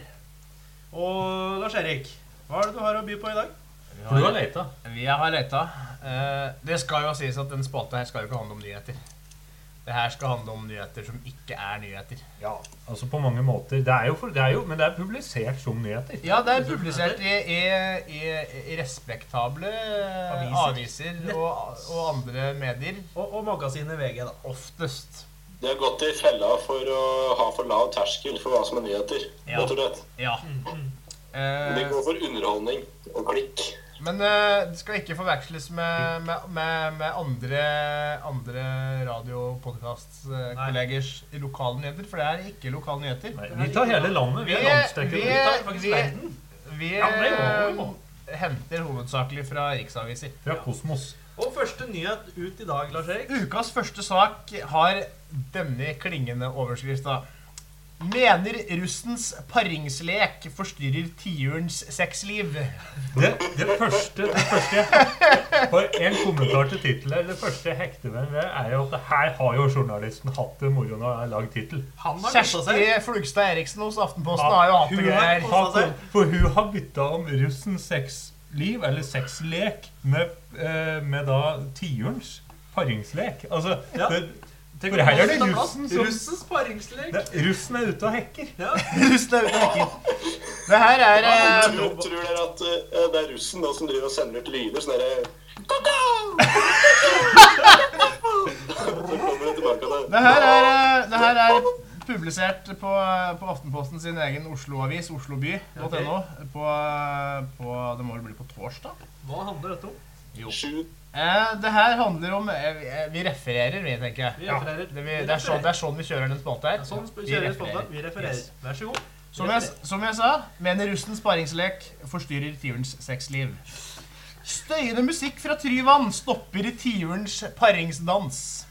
Speaker 3: Og Lars-Erik, hva er det du har å by på i dag?
Speaker 2: For du har leta.
Speaker 4: Vi har leita. Eh, det skal jo sies at den spalta her skal jo ikke handle om nyheter. Det her skal handle om nyheter som ikke er nyheter.
Speaker 2: Ja, altså på mange måter. Det er jo, for, det er jo men det er publisert som nyheter.
Speaker 4: Ja, det er publisert i, i, i, i respektable eh,
Speaker 3: Aviser.
Speaker 4: aviser og, og andre medier.
Speaker 3: Og, og magasinet VG, da.
Speaker 4: Oftest.
Speaker 5: De har gått i fella for å ha for lav terskel for hva som er nyheter.
Speaker 4: Ja.
Speaker 5: rett og slett.
Speaker 4: Ja.
Speaker 2: Mm.
Speaker 5: De
Speaker 4: Eh,
Speaker 5: går for underholdning og klikk.
Speaker 4: men eh, det skal ikke forveksles med, med, med, med andre, andre radio- og podkastkollegers lokale nyheter, for det er ikke lokale nyheter.
Speaker 2: Nei, vi tar hele landet. Vi er
Speaker 4: vi,
Speaker 2: landsdekkende.
Speaker 3: faktisk
Speaker 4: vi,
Speaker 3: verden.
Speaker 4: vi
Speaker 2: Ja, men det må vi må.
Speaker 4: eh, henter hovedsakelig fra riksaviser.
Speaker 2: Fra Kosmos.
Speaker 3: Og første nyhet ut i dag, Lars-Erik.
Speaker 4: Ukas første sak har denne klingende overskrifta. Mener russens paringslek forstyrrer tiurens sexliv.
Speaker 2: Det, det, første, det første jeg- For en kommentar til tittelen. Det første jeg hekter meg ved, er jo at det her har jo journalisten hatt det moro når han har lagd tittel.
Speaker 3: Han har gifta
Speaker 4: Kjersti
Speaker 3: seg.
Speaker 4: Flugstad Eriksen hos Aftenposten
Speaker 2: Ja,
Speaker 4: har jo hatt
Speaker 2: hun
Speaker 4: det
Speaker 2: har-
Speaker 4: greier.
Speaker 2: har kom- For hun har bytta om russens sexliv, eller sexlek, med, eh, med da tiurens paringslek. Altså
Speaker 3: Ja.
Speaker 2: det,
Speaker 3: Tenk
Speaker 2: For
Speaker 3: om
Speaker 2: her er det
Speaker 3: Posten plass.
Speaker 2: russen som-
Speaker 3: Russens paringslek.
Speaker 2: det, Russen er ute og hekker.
Speaker 3: Ja.
Speaker 4: Russen er ute og hekker. Det her er eh,
Speaker 5: Tror, tror dere at eh, det er russen da som driver og sender ut lyder sånn derre «Kaka!» Så kommer det tilbake til
Speaker 4: Det her er, eh, det her er publisert på, eh, på Aftenposten sin egen Oslo-avis, osloby.no, på, eh, på Det må vel bli på torsdag?
Speaker 3: Hva handler dette om?
Speaker 5: Sju
Speaker 4: Eh, det her handler om eh, vi- eh, Vi refererer, vi, tenker jeg.
Speaker 3: Vi refererer.
Speaker 4: Det, vi, det, er sånn, det er sånn vi kjører den spalta her.
Speaker 3: Sånn kjører vi spontant. Vi refererer.
Speaker 4: Yes.
Speaker 3: Vær så god.
Speaker 4: Som jeg, som jeg sa, mener russens sparingslek forstyrrer tiurens sexliv. Støyende musikk fra Tryvann stopper tiurens paringsdans.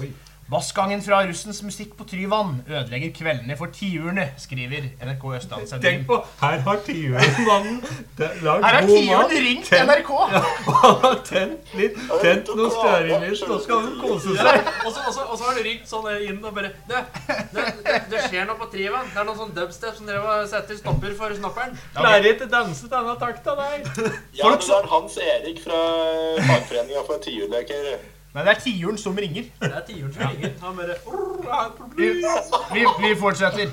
Speaker 2: Oi.
Speaker 4: Bassgangen fra russens musikk på Tryvann ødelegger kveldene for tiurene, skriver NRK Østlandsavisen.
Speaker 2: Tenk på, her har tiurmannen lagd
Speaker 4: Her har
Speaker 2: god
Speaker 4: tiuren
Speaker 2: mat.
Speaker 4: ringt
Speaker 2: Tenn-
Speaker 4: NRK!
Speaker 2: Han har tent litt, tent noe stearinlys, nå skal han kose seg.
Speaker 3: Og så- og så og så har det ringt sånn inn og bare Det, det, det, det skjer noe på Trivan. Det er noen sånn dubstep som dere setter stopper for snapperen.
Speaker 2: Klarer ikke danse denne takta der.
Speaker 5: Ja, men det er Hans Erik fra fagforeninga for tiurleker.
Speaker 4: Nei, det er tiuren som ringer.
Speaker 3: Det er tiuren som ringer. Han bare «Orr, jeg har et problem.
Speaker 4: Vi, vi, vi fortsetter.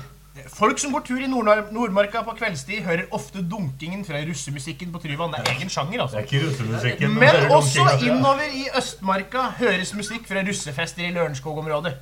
Speaker 4: Folk som går tur i Nordnar- Nordmarka på kveldstid, hører ofte dunkingen fra russemusikken på Tryvann. Det er egen sjanger, altså.
Speaker 2: Det altså. er ikke russemusikken.
Speaker 4: Men også innover i Østmarka høres musikk fra russefester i Lørenskog-området.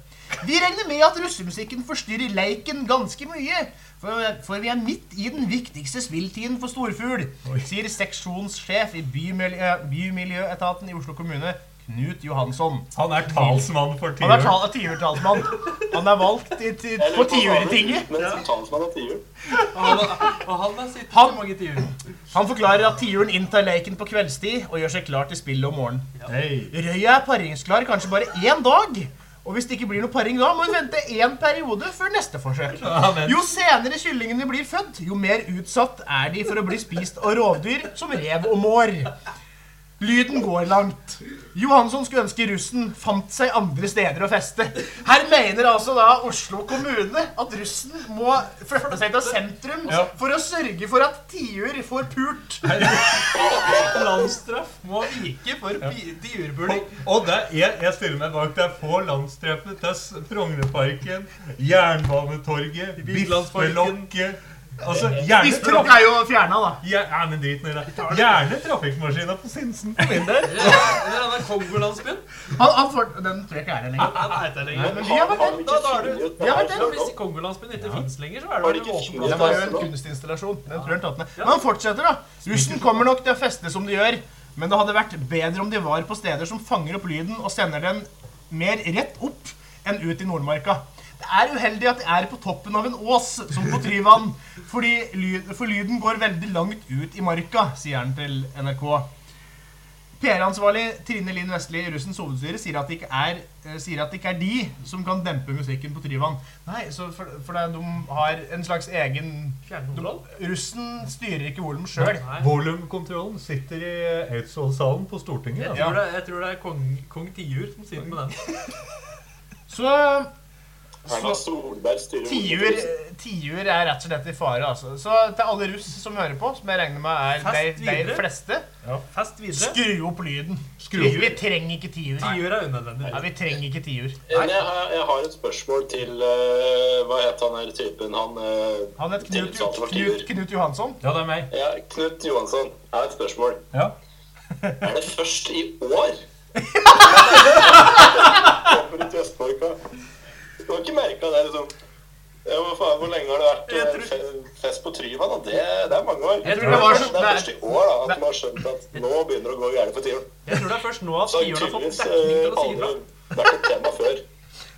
Speaker 4: Vi regner med at russemusikken forstyrrer leiken ganske mye, for, for vi er midt i den viktigste spilltiden for storfugl, sier seksjonssjef i bymiljø, Bymiljøetaten i Oslo kommune, Knut Johansson.
Speaker 2: Han er talsmann for
Speaker 4: Han er
Speaker 2: tiuren.
Speaker 4: tal- tiurtalsmann. Han er valgt i, til,
Speaker 5: Jeg lurer
Speaker 4: på
Speaker 5: hva han er,
Speaker 4: tiuretinget.
Speaker 5: Men som talsmann av tiur.
Speaker 3: Og han, og han har sittet
Speaker 4: Han-
Speaker 3: så mange tiurer.
Speaker 4: Han forklarer at tiuren inntar leiken på kveldstid og gjør seg klar til spillet om morgenen.
Speaker 2: Hei.
Speaker 4: Røya er paringsklar kanskje bare én dag. Og hvis det ikke blir noe paring da, må hun vente én periode før neste forsøk.
Speaker 2: men-
Speaker 4: Jo senere kyllingene blir født, jo mer utsatt er de for å bli spist av rovdyr som rev og mår. Lyden går langt. Johansson skulle ønske russen fant seg andre steder å feste. Her mener altså da Oslo kommune at russen må flytte seg til sentrum
Speaker 2: Ja.
Speaker 4: for å sørge for at tiur får pult.
Speaker 3: Landstraff må vike for pi- tiurpuling.
Speaker 2: Og det, jeg, jeg stiller meg bak der på landstreffet til S- Frognerparken, Jernbanetorget,
Speaker 3: Bilandparken.
Speaker 2: Bisfelokket Altså, gjerne
Speaker 4: Bistråk
Speaker 2: trafikk...
Speaker 4: er jo fjerna, da.
Speaker 2: Ja, nei, men drit nå i det. Gjerne trafikkmaskina på Sinsen. Kom inn der.
Speaker 3: Eller denne Kongolandsbyen.
Speaker 4: Han, han får, den tror jeg ikke er der lenger.
Speaker 3: Nei, det er
Speaker 4: Nei,
Speaker 3: lenger.
Speaker 4: men vi har vært der.
Speaker 5: Har vi
Speaker 3: Da- da
Speaker 5: ikke
Speaker 3: er du-
Speaker 5: funnet ut
Speaker 4: Ja,
Speaker 5: hva
Speaker 4: det
Speaker 5: det
Speaker 4: er
Speaker 5: er
Speaker 3: Men Hvis
Speaker 5: snakk om?
Speaker 3: Kongolandsbyen ikke fins lenger, så er
Speaker 5: Var
Speaker 3: det
Speaker 5: det
Speaker 3: vel
Speaker 5: ikke
Speaker 3: en åpen plass.
Speaker 4: Det var jo en kunstinstallasjon. Den tror jeg han tatt ned. Men han fortsetter, da. Russen kommer nok til å feste som de gjør, men det hadde vært bedre om de var på steder som fanger opp lyden og sender den mer rett opp enn ut i Nordmarka. Det er uheldig at de er på toppen av en ås, som på Tryvann, fordi lyd, for lyden går veldig langt ut i marka, sier han til NRK. PR-ansvarlig Trine Linn Vestli i Russens hovedstyre sier at, det ikke er, eh, sier at det ikke er de som kan dempe musikken på Tryvann. Nei, så for, for det, er- de har en slags egen
Speaker 3: Fjernkontroll?
Speaker 4: Russen styrer ikke volumet sjøl.
Speaker 3: Nei.
Speaker 2: Volumkontrollen sitter i Eidsvollsalen på Stortinget. altså. Da.
Speaker 3: Jeg tror, det, jeg tror det er kong, kong Tiur som sitter med den.
Speaker 4: Så,
Speaker 5: Erna
Speaker 4: så
Speaker 5: Solberg styrer
Speaker 4: tiur, tiur er rett og slett i fare, altså. Så til alle russ som hører på, som jeg regner med er
Speaker 3: Fest
Speaker 4: de, de
Speaker 3: videre.
Speaker 4: fleste,
Speaker 3: Fest videre.
Speaker 4: skru opp lyden.
Speaker 2: Skru opp.
Speaker 4: Vi trenger ikke tiur. Nei,
Speaker 3: Tiur er unødvendig.
Speaker 4: vi trenger ikke tiur.
Speaker 5: Men jeg, har- jeg har et spørsmål til eh, Hva het han her typen? Han eh,
Speaker 4: Han het Knut,
Speaker 5: Tiltalte for
Speaker 4: Knut,
Speaker 5: tiur.
Speaker 4: Knut Johansson.
Speaker 2: Ja, det er meg.
Speaker 5: Ja, Knut Johansson. Jeg har et spørsmål.
Speaker 2: Ja.
Speaker 5: Er det først i år? Kommer ut i Østmarka. Du har ikke merka det, liksom? Ja, hva faen, Hvor lenge har det vært eh, fe- fest på Tryvann? da? Det, det er mange år.
Speaker 3: tror det
Speaker 4: var
Speaker 5: er
Speaker 4: så-
Speaker 5: først- det er først i år da, at man har skjønt at nå begynner det å gå gærent for tiuren.
Speaker 3: Jeg tror det er først nå at
Speaker 5: Så har
Speaker 3: tiuren har fått
Speaker 5: tydeligvis
Speaker 3: dekning til
Speaker 5: eh,
Speaker 3: å si ifra.
Speaker 5: aldri vært et tema før.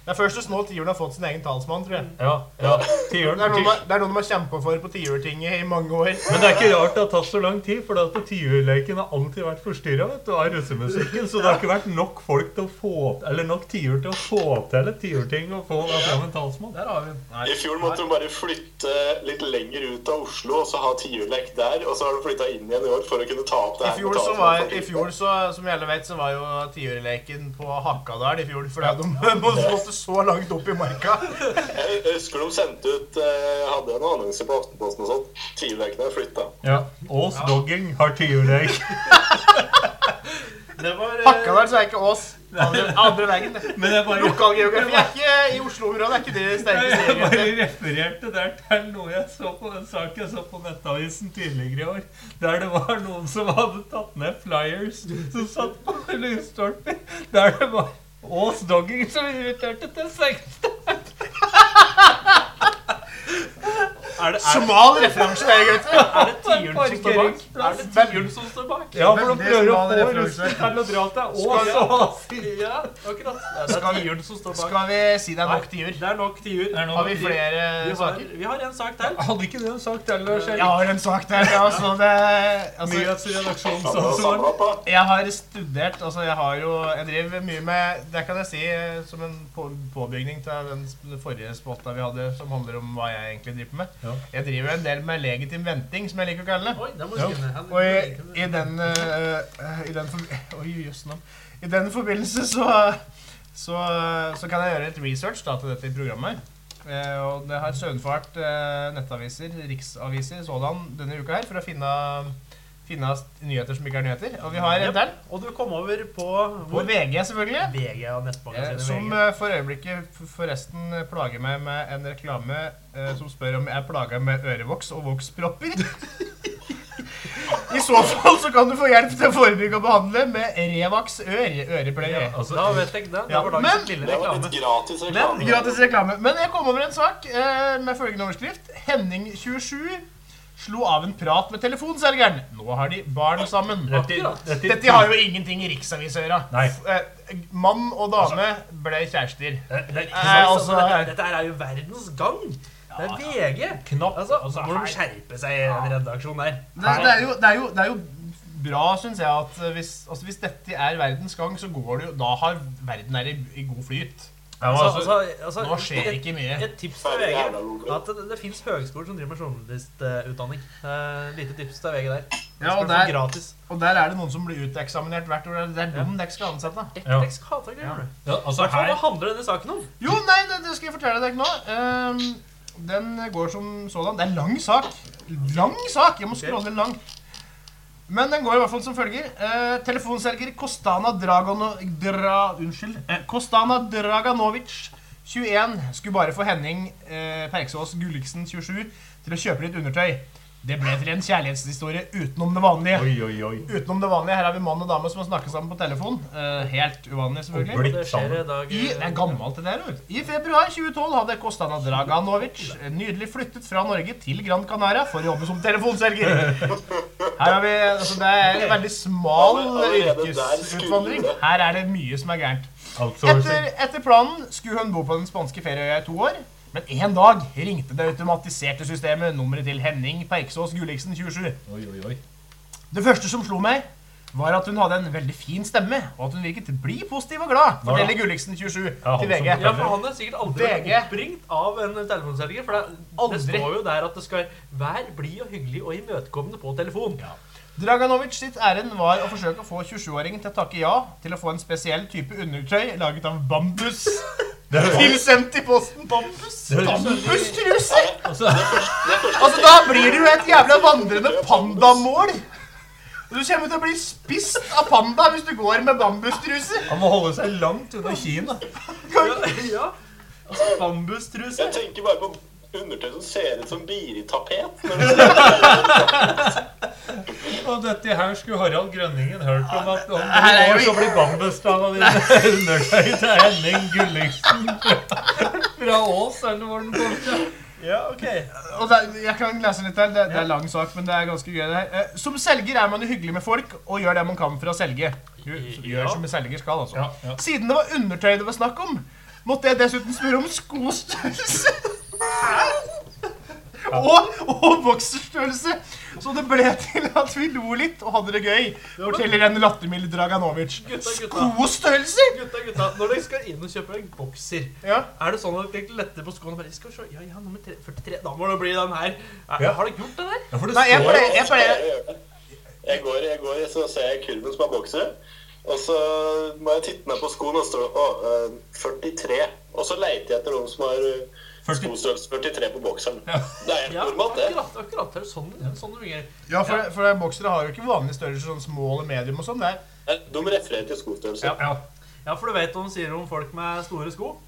Speaker 4: Det er først og snart tiuren har fått sin egen talsmann, tror jeg.
Speaker 2: Ja, ja.
Speaker 4: Det er
Speaker 2: Tiuren.
Speaker 4: noe
Speaker 2: tiur-
Speaker 4: man, det er noe man kjemper for på tiurtinget i mange år.
Speaker 2: Men det er ikke rart det har tatt så lang tid, for at tiurleken har alltid vært forstyrra av russemusikken. Så det har ikke vært nok folk til å få Eller nok tiur til å få til et tiurting og få da fram en talsmann.
Speaker 3: Der har vi den.
Speaker 5: I fjor måtte de bare flytte litt lenger ut av Oslo og så ha tiurlek der. Og så har de flytta inn igjen i år for å kunne ta opp det
Speaker 4: I
Speaker 5: her.
Speaker 4: fjor,
Speaker 5: med
Speaker 4: så
Speaker 5: talsmann
Speaker 4: var,
Speaker 5: for
Speaker 4: i
Speaker 5: tiuren.
Speaker 4: fjor så, som vi alle vet, så var jo tiurleken på Hakadal i fjor. For de måtte så langt opp i marka.
Speaker 5: Jeg husker de sendte ut eh, Hadde en annonse på Aftenposten og sånn. Tiurlekene er flytta.
Speaker 2: Ja. Ås dogging har tiurlek.
Speaker 3: Det var eh,
Speaker 4: Hakadal så er ikke Ås. Andre, andre veien. det.
Speaker 2: Men jeg bare,
Speaker 4: Lokalgeografi er ikke i Oslo-området. er ikke det sterkeste
Speaker 2: jeg bare
Speaker 4: egentlig.
Speaker 2: refererte der til noe jeg så på en sak jeg så på Nettavisen tidligere i år. Der det var noen som hadde tatt ned flyers som satt på lysstolper. Der det var Ås dogging som inviterte til sexstart.
Speaker 3: Er det, er det,
Speaker 4: Smal referanse, det er gutter.
Speaker 3: er det tiuren som står bak? Er det tiuren som står bak?
Speaker 2: Ja, for de
Speaker 4: Veldig
Speaker 2: prøver å
Speaker 4: smal
Speaker 2: få
Speaker 4: referanse.
Speaker 2: russen til å dra til
Speaker 3: Skal
Speaker 2: Ås
Speaker 3: vi-
Speaker 2: og Asker.
Speaker 3: Ja, akkurat. Det er
Speaker 4: Skal vi-
Speaker 3: tiuren som står bak.
Speaker 4: Skal vi si det er nok tiur?
Speaker 3: Det er nok tiur.
Speaker 4: Har vi flere
Speaker 3: Vi har,
Speaker 4: saker?
Speaker 3: vi har en sak til.
Speaker 2: Hadde ikke du en sak til å
Speaker 4: Jeg har en sak der. Ja, så det, altså,
Speaker 5: Samla,
Speaker 2: Nyhetsredaksjonen.
Speaker 5: samla opp, da.
Speaker 4: jeg har studert altså Jeg har jo, jeg driver mye med Det kan jeg si eh, som en på, påbygning til den sp- forrige spotta vi hadde, som handler om hva jeg egentlig driver med.
Speaker 2: Ja.
Speaker 4: Jeg driver jo en del med legitim venting, som jeg liker å kalle det.
Speaker 3: Oi, det må
Speaker 2: Ja.
Speaker 3: vi skrive ned.
Speaker 4: Og i, i den eh, eh, I den, forbi- oi, jøss, nå. I den forbindelse så, så Så kan jeg gjøre litt research da, til dette programmet. Eh, og det har søvnfart eh, nettaviser, riksaviser sådan, denne uka her for å finne, finne nyheter som ikke er nyheter. Og vi har
Speaker 3: Jep.
Speaker 4: Edder'n.
Speaker 3: Og du kom over på
Speaker 4: På
Speaker 3: hvor?
Speaker 4: VG, selvfølgelig.
Speaker 3: VG og
Speaker 4: Eh,
Speaker 3: nettmagasinet
Speaker 4: som
Speaker 3: VG.
Speaker 4: eh, for øyeblikket f- forresten eh, plager meg med en reklame eh, som spør om jeg er plaga med ørevoks og vokspropper. I så fall så kan du få hjelp til å forebygge og behandle med Revax Ør ørepleie.
Speaker 2: Altså,
Speaker 3: Da vet jeg det. Det
Speaker 4: eh, Ja,
Speaker 3: var
Speaker 4: men-
Speaker 3: dagens lille
Speaker 5: Det var
Speaker 3: reklame.
Speaker 5: litt gratis reklame.
Speaker 4: Men, gratis reklame. Men jeg kom over en sak eh, med følgende overskrift. Henning 27 slo av en prat med telefonselgeren. Nå har de barn sammen.
Speaker 3: Akkurat.
Speaker 4: Dette har jo ingenting i Riksavisen å gjøre.
Speaker 2: Nei.
Speaker 4: F- eh, Mann og dame ble kjærester.
Speaker 3: Det- det- ikke
Speaker 4: Nei,
Speaker 3: sant,
Speaker 4: altså,
Speaker 3: altså,
Speaker 4: her-
Speaker 3: dette, dette her er jo verdens gang. Det er VG.
Speaker 2: Knapt.
Speaker 3: Altså,
Speaker 2: Altså,
Speaker 3: må de
Speaker 2: her-
Speaker 3: skjerpe seg i en redaksjon der.
Speaker 4: Det, det, er jo, det, er jo, det er jo bra, syns jeg, at eh, hvis, altså hvis dette er verdens gang, så går det jo Da har verden er i, i god flyt.
Speaker 2: Ja, men
Speaker 3: Altså,
Speaker 2: altså,
Speaker 3: altså, altså,
Speaker 4: Nå skjer
Speaker 3: et-
Speaker 4: ikke mye.
Speaker 3: Et tips til VG er at det, det fins høgskoler som driver med journalistutdanning. Uh, lite tips til VG der.
Speaker 4: Ja,
Speaker 3: Skal
Speaker 4: og
Speaker 3: du få
Speaker 4: der,
Speaker 3: gratis.
Speaker 4: og der er det noen som blir uteksaminert hvert år. Det er dem dere skal ansette.
Speaker 2: Ja.
Speaker 3: Etex hater greier. du.
Speaker 2: ja, altså
Speaker 3: Hva
Speaker 2: her
Speaker 3: handler denne saken om?
Speaker 4: Jo, nei, det, det skal jeg fortelle deg nå. Ehm, den går som sådan. Det er en lang sak. Lang sak! Jeg må scrolle langt. Men den går i hvert fall som følger. Eh, telefonselger Kostana Dragano... Dra, unnskyld. Eh, Kostana Draganovic, 21, skulle bare få Henning eh, Perksås Gulliksen, 27, til å kjøpe litt undertøy. Det ble til en kjærlighetshistorie utenom det vanlige.
Speaker 2: Oi, oi, oi.
Speaker 4: Utenom det vanlige, Her har vi mann og dame som har snakket sammen på telefon. Eh, helt uvanlig, selvfølgelig.
Speaker 2: Og blikk.
Speaker 3: Det skjer i dag. eh,
Speaker 4: I, det er gammelt det der, vet du. I februar 2012 hadde Kostana Draganovic eh, nydelig flyttet fra Norge til Gran Canaria for å jobbe som telefonselger. Her har vi, altså Det er en veldig smal yrkesutvandring. Her er det mye som er gærent.
Speaker 2: Outsourcing.
Speaker 4: Etter, etter planen skulle hun bo på den spanske ferieøya i to år. Men en dag ringte det automatiserte systemet nummeret til Henning Perksås Gulliksen, 27.
Speaker 2: Oi, oi, oi.
Speaker 4: Det første som slo meg, var at hun hadde en veldig fin stemme, og at hun virket blid, positiv og glad, forteller Gulliksen, 27,
Speaker 2: Ja, han
Speaker 4: til VG.
Speaker 2: som-
Speaker 3: Ja, for Han er sikkert aldri vært
Speaker 4: VG.
Speaker 3: oppringt av en telefonselger. For det, det
Speaker 4: Aldri.
Speaker 3: står jo der at det skal være blid og hyggelig og imøtekommende på telefon.
Speaker 4: Draganovic sitt ærend var å forsøke å få 27-åringen til å takke ja til å få en spesiell type undertøy laget av bambus.
Speaker 2: Det er
Speaker 4: Tilsendt i posten. Bambus?
Speaker 2: Det høres-
Speaker 4: Bambustruser!
Speaker 2: altså,
Speaker 4: Altså, da blir du jo et jævla vandrende pandamål. Og Du kommer til å bli spist av panda hvis du går med bambustruser.
Speaker 2: Han må holde seg langt unna Kina.
Speaker 3: Ja, ja. Altså, Bambustruse.
Speaker 5: Jeg tenker bare på undertøy som ser ut som biritapet. Men
Speaker 2: Og dette her skulle Harald Grønningen hørt om at om
Speaker 4: Her
Speaker 2: noen
Speaker 4: er
Speaker 2: år
Speaker 4: vi-
Speaker 2: så blir bambusstava di undertøy til Henning Gulliksen fra Ås, eller hvor den kom fra.
Speaker 3: Ja, ok.
Speaker 4: Og det, er- jeg kan lese litt her. Det, det er lang sak, men det er ganske gøy. det her. Eh, Som selger er man jo hyggelig med folk og gjør det man kan for å selge. Gjør som en selger skal, altså.
Speaker 2: Ja, ja.
Speaker 4: Siden det var undertøy det var snakk om, måtte jeg dessuten spørre om skostørrelse. og, og bokserstørrelse. Så det ble til at vi lo litt og hadde det gøy, forteller en lattermild Draganovic.
Speaker 3: Gutta, gutta.
Speaker 4: Skostørrelse?
Speaker 3: Gutta, gutta, når dere skal inn og kjøpe en bokser,
Speaker 4: Ja.
Speaker 3: er det sånn at dere letter på skoene og bare skal vi se, ja, ja, nummer tre- 43, da må det bli den her. Er,
Speaker 2: Ja.
Speaker 3: Har dere gjort det der?
Speaker 2: Ja, for det
Speaker 4: Nei, jeg
Speaker 2: står
Speaker 4: pleier, jeg pleier
Speaker 5: Jeg går, jeg går, så ser jeg kurven som er bokser. Og så må jeg titte ned på skoen, og så står det å, eh, 43. Og så leiter jeg etter noen som har eh,
Speaker 2: 40.
Speaker 5: skostørrelse 43 på bokseren. Det er helt
Speaker 3: Ja,
Speaker 5: normalt, det.
Speaker 3: akkurat, akkurat. Det er jo sånn, det er jo sånn det fungerer.
Speaker 4: Ja, for, for boksere har jo ikke vanlige størrelser, sånn small og medium og sånn. Det er
Speaker 5: De refererer til skostørrelse.
Speaker 2: Ja,
Speaker 3: Ja, for du vet hva de sier om folk med store sko?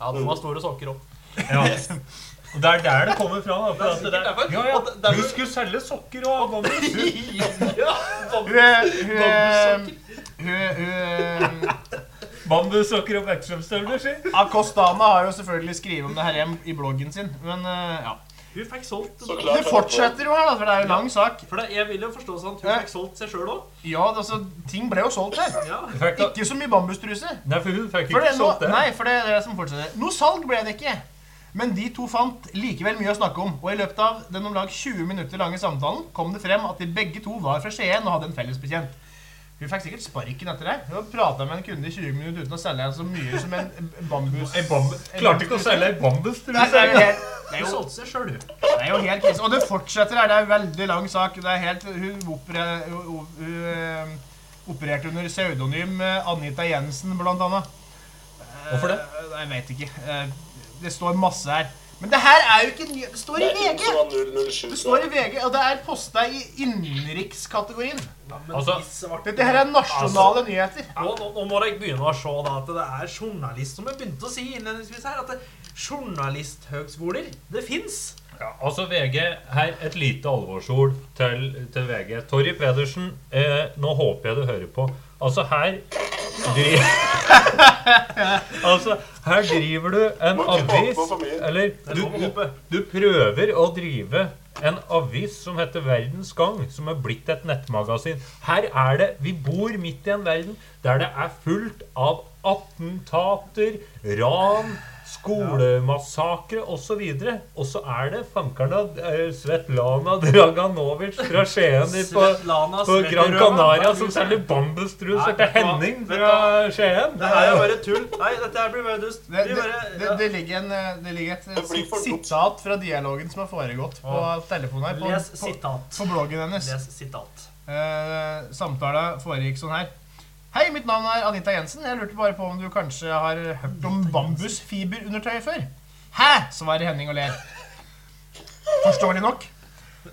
Speaker 3: Ja, de har store sokker opp.
Speaker 2: ja. Og det er der det kommer fra. Da, for at det
Speaker 3: sikkert derfor.
Speaker 2: der, ja,
Speaker 3: Og det- det
Speaker 2: ja.
Speaker 3: er-
Speaker 2: Du skulle selge sokker og bambus.
Speaker 3: ja,
Speaker 4: Hun er- hun er- hun er- hun er-
Speaker 2: Bambussokker og backstrømstøvler, si.
Speaker 4: Akostana har jo selvfølgelig skrevet om det her hjem i bloggen sin, men eh, ja.
Speaker 3: Hun fikk solgt
Speaker 5: Så klart.
Speaker 4: Det fortsetter jo her, da, for det er jo en lang sak.
Speaker 3: For det, jeg vil jo forstå sånn at hun
Speaker 4: Ja.
Speaker 3: fikk solgt seg sjøl òg.
Speaker 4: Ja, altså, ting ble jo solgt her.
Speaker 3: Ja.
Speaker 2: Hun fikk,
Speaker 4: Ikke så mye bambustruser.
Speaker 2: nei, for hun fikk
Speaker 4: For det,
Speaker 2: ikke
Speaker 4: nå,
Speaker 2: solgt det.
Speaker 4: nei, for det er det som fortsetter. Noe salg ble det ikke. Men de to fant likevel mye å snakke om, og i løpet av den om lag 20 minutter lange samtalen kom det frem at de begge to var fra Skien og hadde en felles bekjent. Hun fikk sikkert sparken etter det. Hun har prata med en kunde i 20 minutter uten å selge henne så mye som en bambus...
Speaker 2: Ei bambu- Klarte ikke å selge ei
Speaker 4: Nei, det
Speaker 2: bambustruse.
Speaker 4: er jo helt, det er
Speaker 3: Hun
Speaker 4: jo
Speaker 3: solgte seg sjøl, hun.
Speaker 4: det er jo helt krise. Og det fortsetter her. Det er en veldig lang sak. Det er helt, hun opere, hun, hun, eh, opererte under pseudonym eh, Anita Jensen, blant annet. Eh,
Speaker 2: Hvorfor det?
Speaker 4: Jeg vet ikke. Eh, Det står masse her. Men det her er jo ikke ny... Det står i
Speaker 5: Det er ikke sånn
Speaker 4: VG!
Speaker 5: som var 007.
Speaker 4: Det står i VG, og det er posta i innenrikskategorien.
Speaker 2: Altså,
Speaker 4: Dette her er
Speaker 5: Altså,
Speaker 4: nasjonale nyheter.
Speaker 3: Nå, nå, nå må jeg begynne å se da, at det er journalist som jeg begynte å si innledningsvis her, at det, journalisthøgskoler, det fins.
Speaker 2: ja, altså VG, her et lite alvorsord til, til VG. Torry Pedersen, eh, nå håper jeg du hører på. Altså, her driver Altså, her driver du en
Speaker 5: Må ikke håpe
Speaker 2: avis
Speaker 5: for mye.
Speaker 2: Eller du,
Speaker 3: lov å
Speaker 2: du,
Speaker 3: håpe.
Speaker 2: du prøver å drive en avis som heter Verdens Gang, som er blitt et nettmagasin. Her er det Vi bor midt i en verden der det er fullt av attentater, ran, skolemassakre osv. Og så er det fankerne eh, Svetlana Draganovic fra Skien i- på,
Speaker 3: Svetlana
Speaker 2: på Gran
Speaker 3: Svetlana.
Speaker 2: Canaria som selger bambustruser
Speaker 3: Nei,
Speaker 2: til
Speaker 3: vet du hva?
Speaker 2: Henning
Speaker 3: Vet du
Speaker 2: fra Skien.
Speaker 3: Det her er bare tull. Nei, dette her blir bare dust.
Speaker 4: Det,
Speaker 3: Vi
Speaker 4: det,
Speaker 3: bare,
Speaker 4: det, det, ligger, en, eh, det ligger et eh,
Speaker 5: Det blir for dumt.
Speaker 4: sitat fra dialogen som har foregått på telefonen
Speaker 3: ja.
Speaker 4: her.
Speaker 3: Les
Speaker 4: På, på,
Speaker 3: sitat.
Speaker 4: på bloggen hennes.
Speaker 3: Les sitat.
Speaker 4: Eh, samtala foregikk sånn her. Hei, mitt navn er Anita Jensen. Jeg lurte bare på om du kanskje har hørt om bambusfiberundertøy før? Hæ? svarer Henning og ler. Forståelig nok.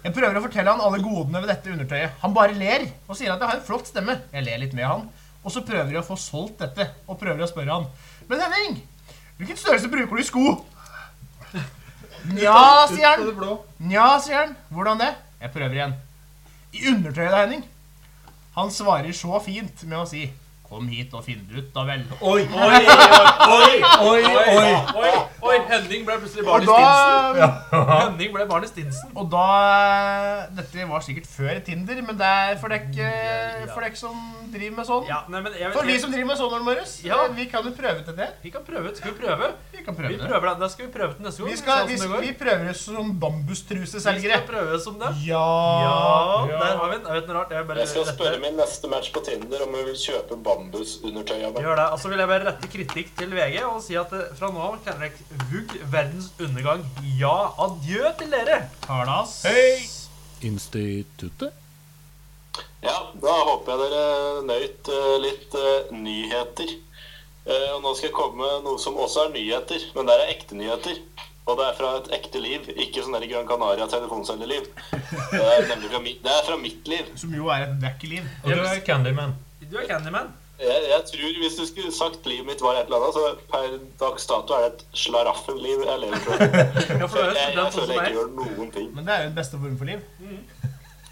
Speaker 4: Jeg prøver å fortelle han alle godene ved dette undertøyet. Han bare ler og sier at jeg har en flott stemme. Jeg ler litt med han. Og så prøver jeg å få solgt dette, og prøver å spørre han. Men Henning, hvilken størrelse bruker du i sko? Nja, sier han. Nja, sier han. Hvordan det? Jeg prøver igjen. I undertøyet da, Henning? Han svarer så fint med å si Kom hit og finn det ut, da vel.
Speaker 2: Oi, oi, oi, oi, oi.
Speaker 3: Oi, oi, Henning ble plutselig
Speaker 4: Og
Speaker 3: barn i Stinsen.
Speaker 4: da,
Speaker 3: Henning ble barn i Stinsen.
Speaker 4: og da Dette var sikkert før Tinder, men det er for dere for dere som driver med sånn.
Speaker 3: Ja, nei, men jeg,
Speaker 4: For vi
Speaker 3: jeg,
Speaker 4: som driver med sånn, Ole Marius,
Speaker 3: Ja.
Speaker 4: vi kan jo prøve til det.
Speaker 3: vi kan prøve ut. Skal vi prøve?
Speaker 4: Vi kan
Speaker 3: Vi
Speaker 4: prøve det.
Speaker 3: prøver det. Da skal vi prøve til neste gang.
Speaker 4: Vi,
Speaker 3: se
Speaker 4: skal, vi,
Speaker 3: hvordan det går.
Speaker 4: vi prøver oss som
Speaker 3: Vi
Speaker 4: bambustruseselgere.
Speaker 3: skal prøve som det.
Speaker 4: Ja
Speaker 3: Ja,
Speaker 2: Ja.
Speaker 3: der har vi den. Jeg vet noe rart. Jeg bare
Speaker 5: Jeg skal
Speaker 3: dette-
Speaker 5: spørre min neste match på Tinder om hun vil kjøpe bambusundertøy av meg.
Speaker 3: Gjør det. Altså vil jeg bare rette kritikk til VG og si at eh, fra nå av kaller dere VUG verdens undergang. Ja, adjø til dere!
Speaker 4: Talas.
Speaker 1: Instituttet?
Speaker 5: Ja, da håper jeg dere nøyt eh, litt eh, nyheter. Eh, Og nå skal jeg komme med noe som også er nyheter, men det er ekte nyheter. Og det er fra et ekte liv, ikke sånn der Gran Canaria-telefoncellerliv. Det er nemlig fra mitt, det er fra mitt liv.
Speaker 4: Som jo er et dekkeliv.
Speaker 2: Og du er Candyman.
Speaker 3: Du er Candyman.
Speaker 5: Jeg, jeg tror Hvis du skulle sagt livet mitt var et eller annet, så per dags dato er det et slaraffenliv jeg lever fra. Jeg,
Speaker 3: Ja, for du er jo student
Speaker 5: jeg,
Speaker 3: sånn
Speaker 5: jeg føler
Speaker 3: som meg.
Speaker 5: jeg ikke gjør noen ting.
Speaker 4: Men det er jo den beste form for liv.
Speaker 3: Mm.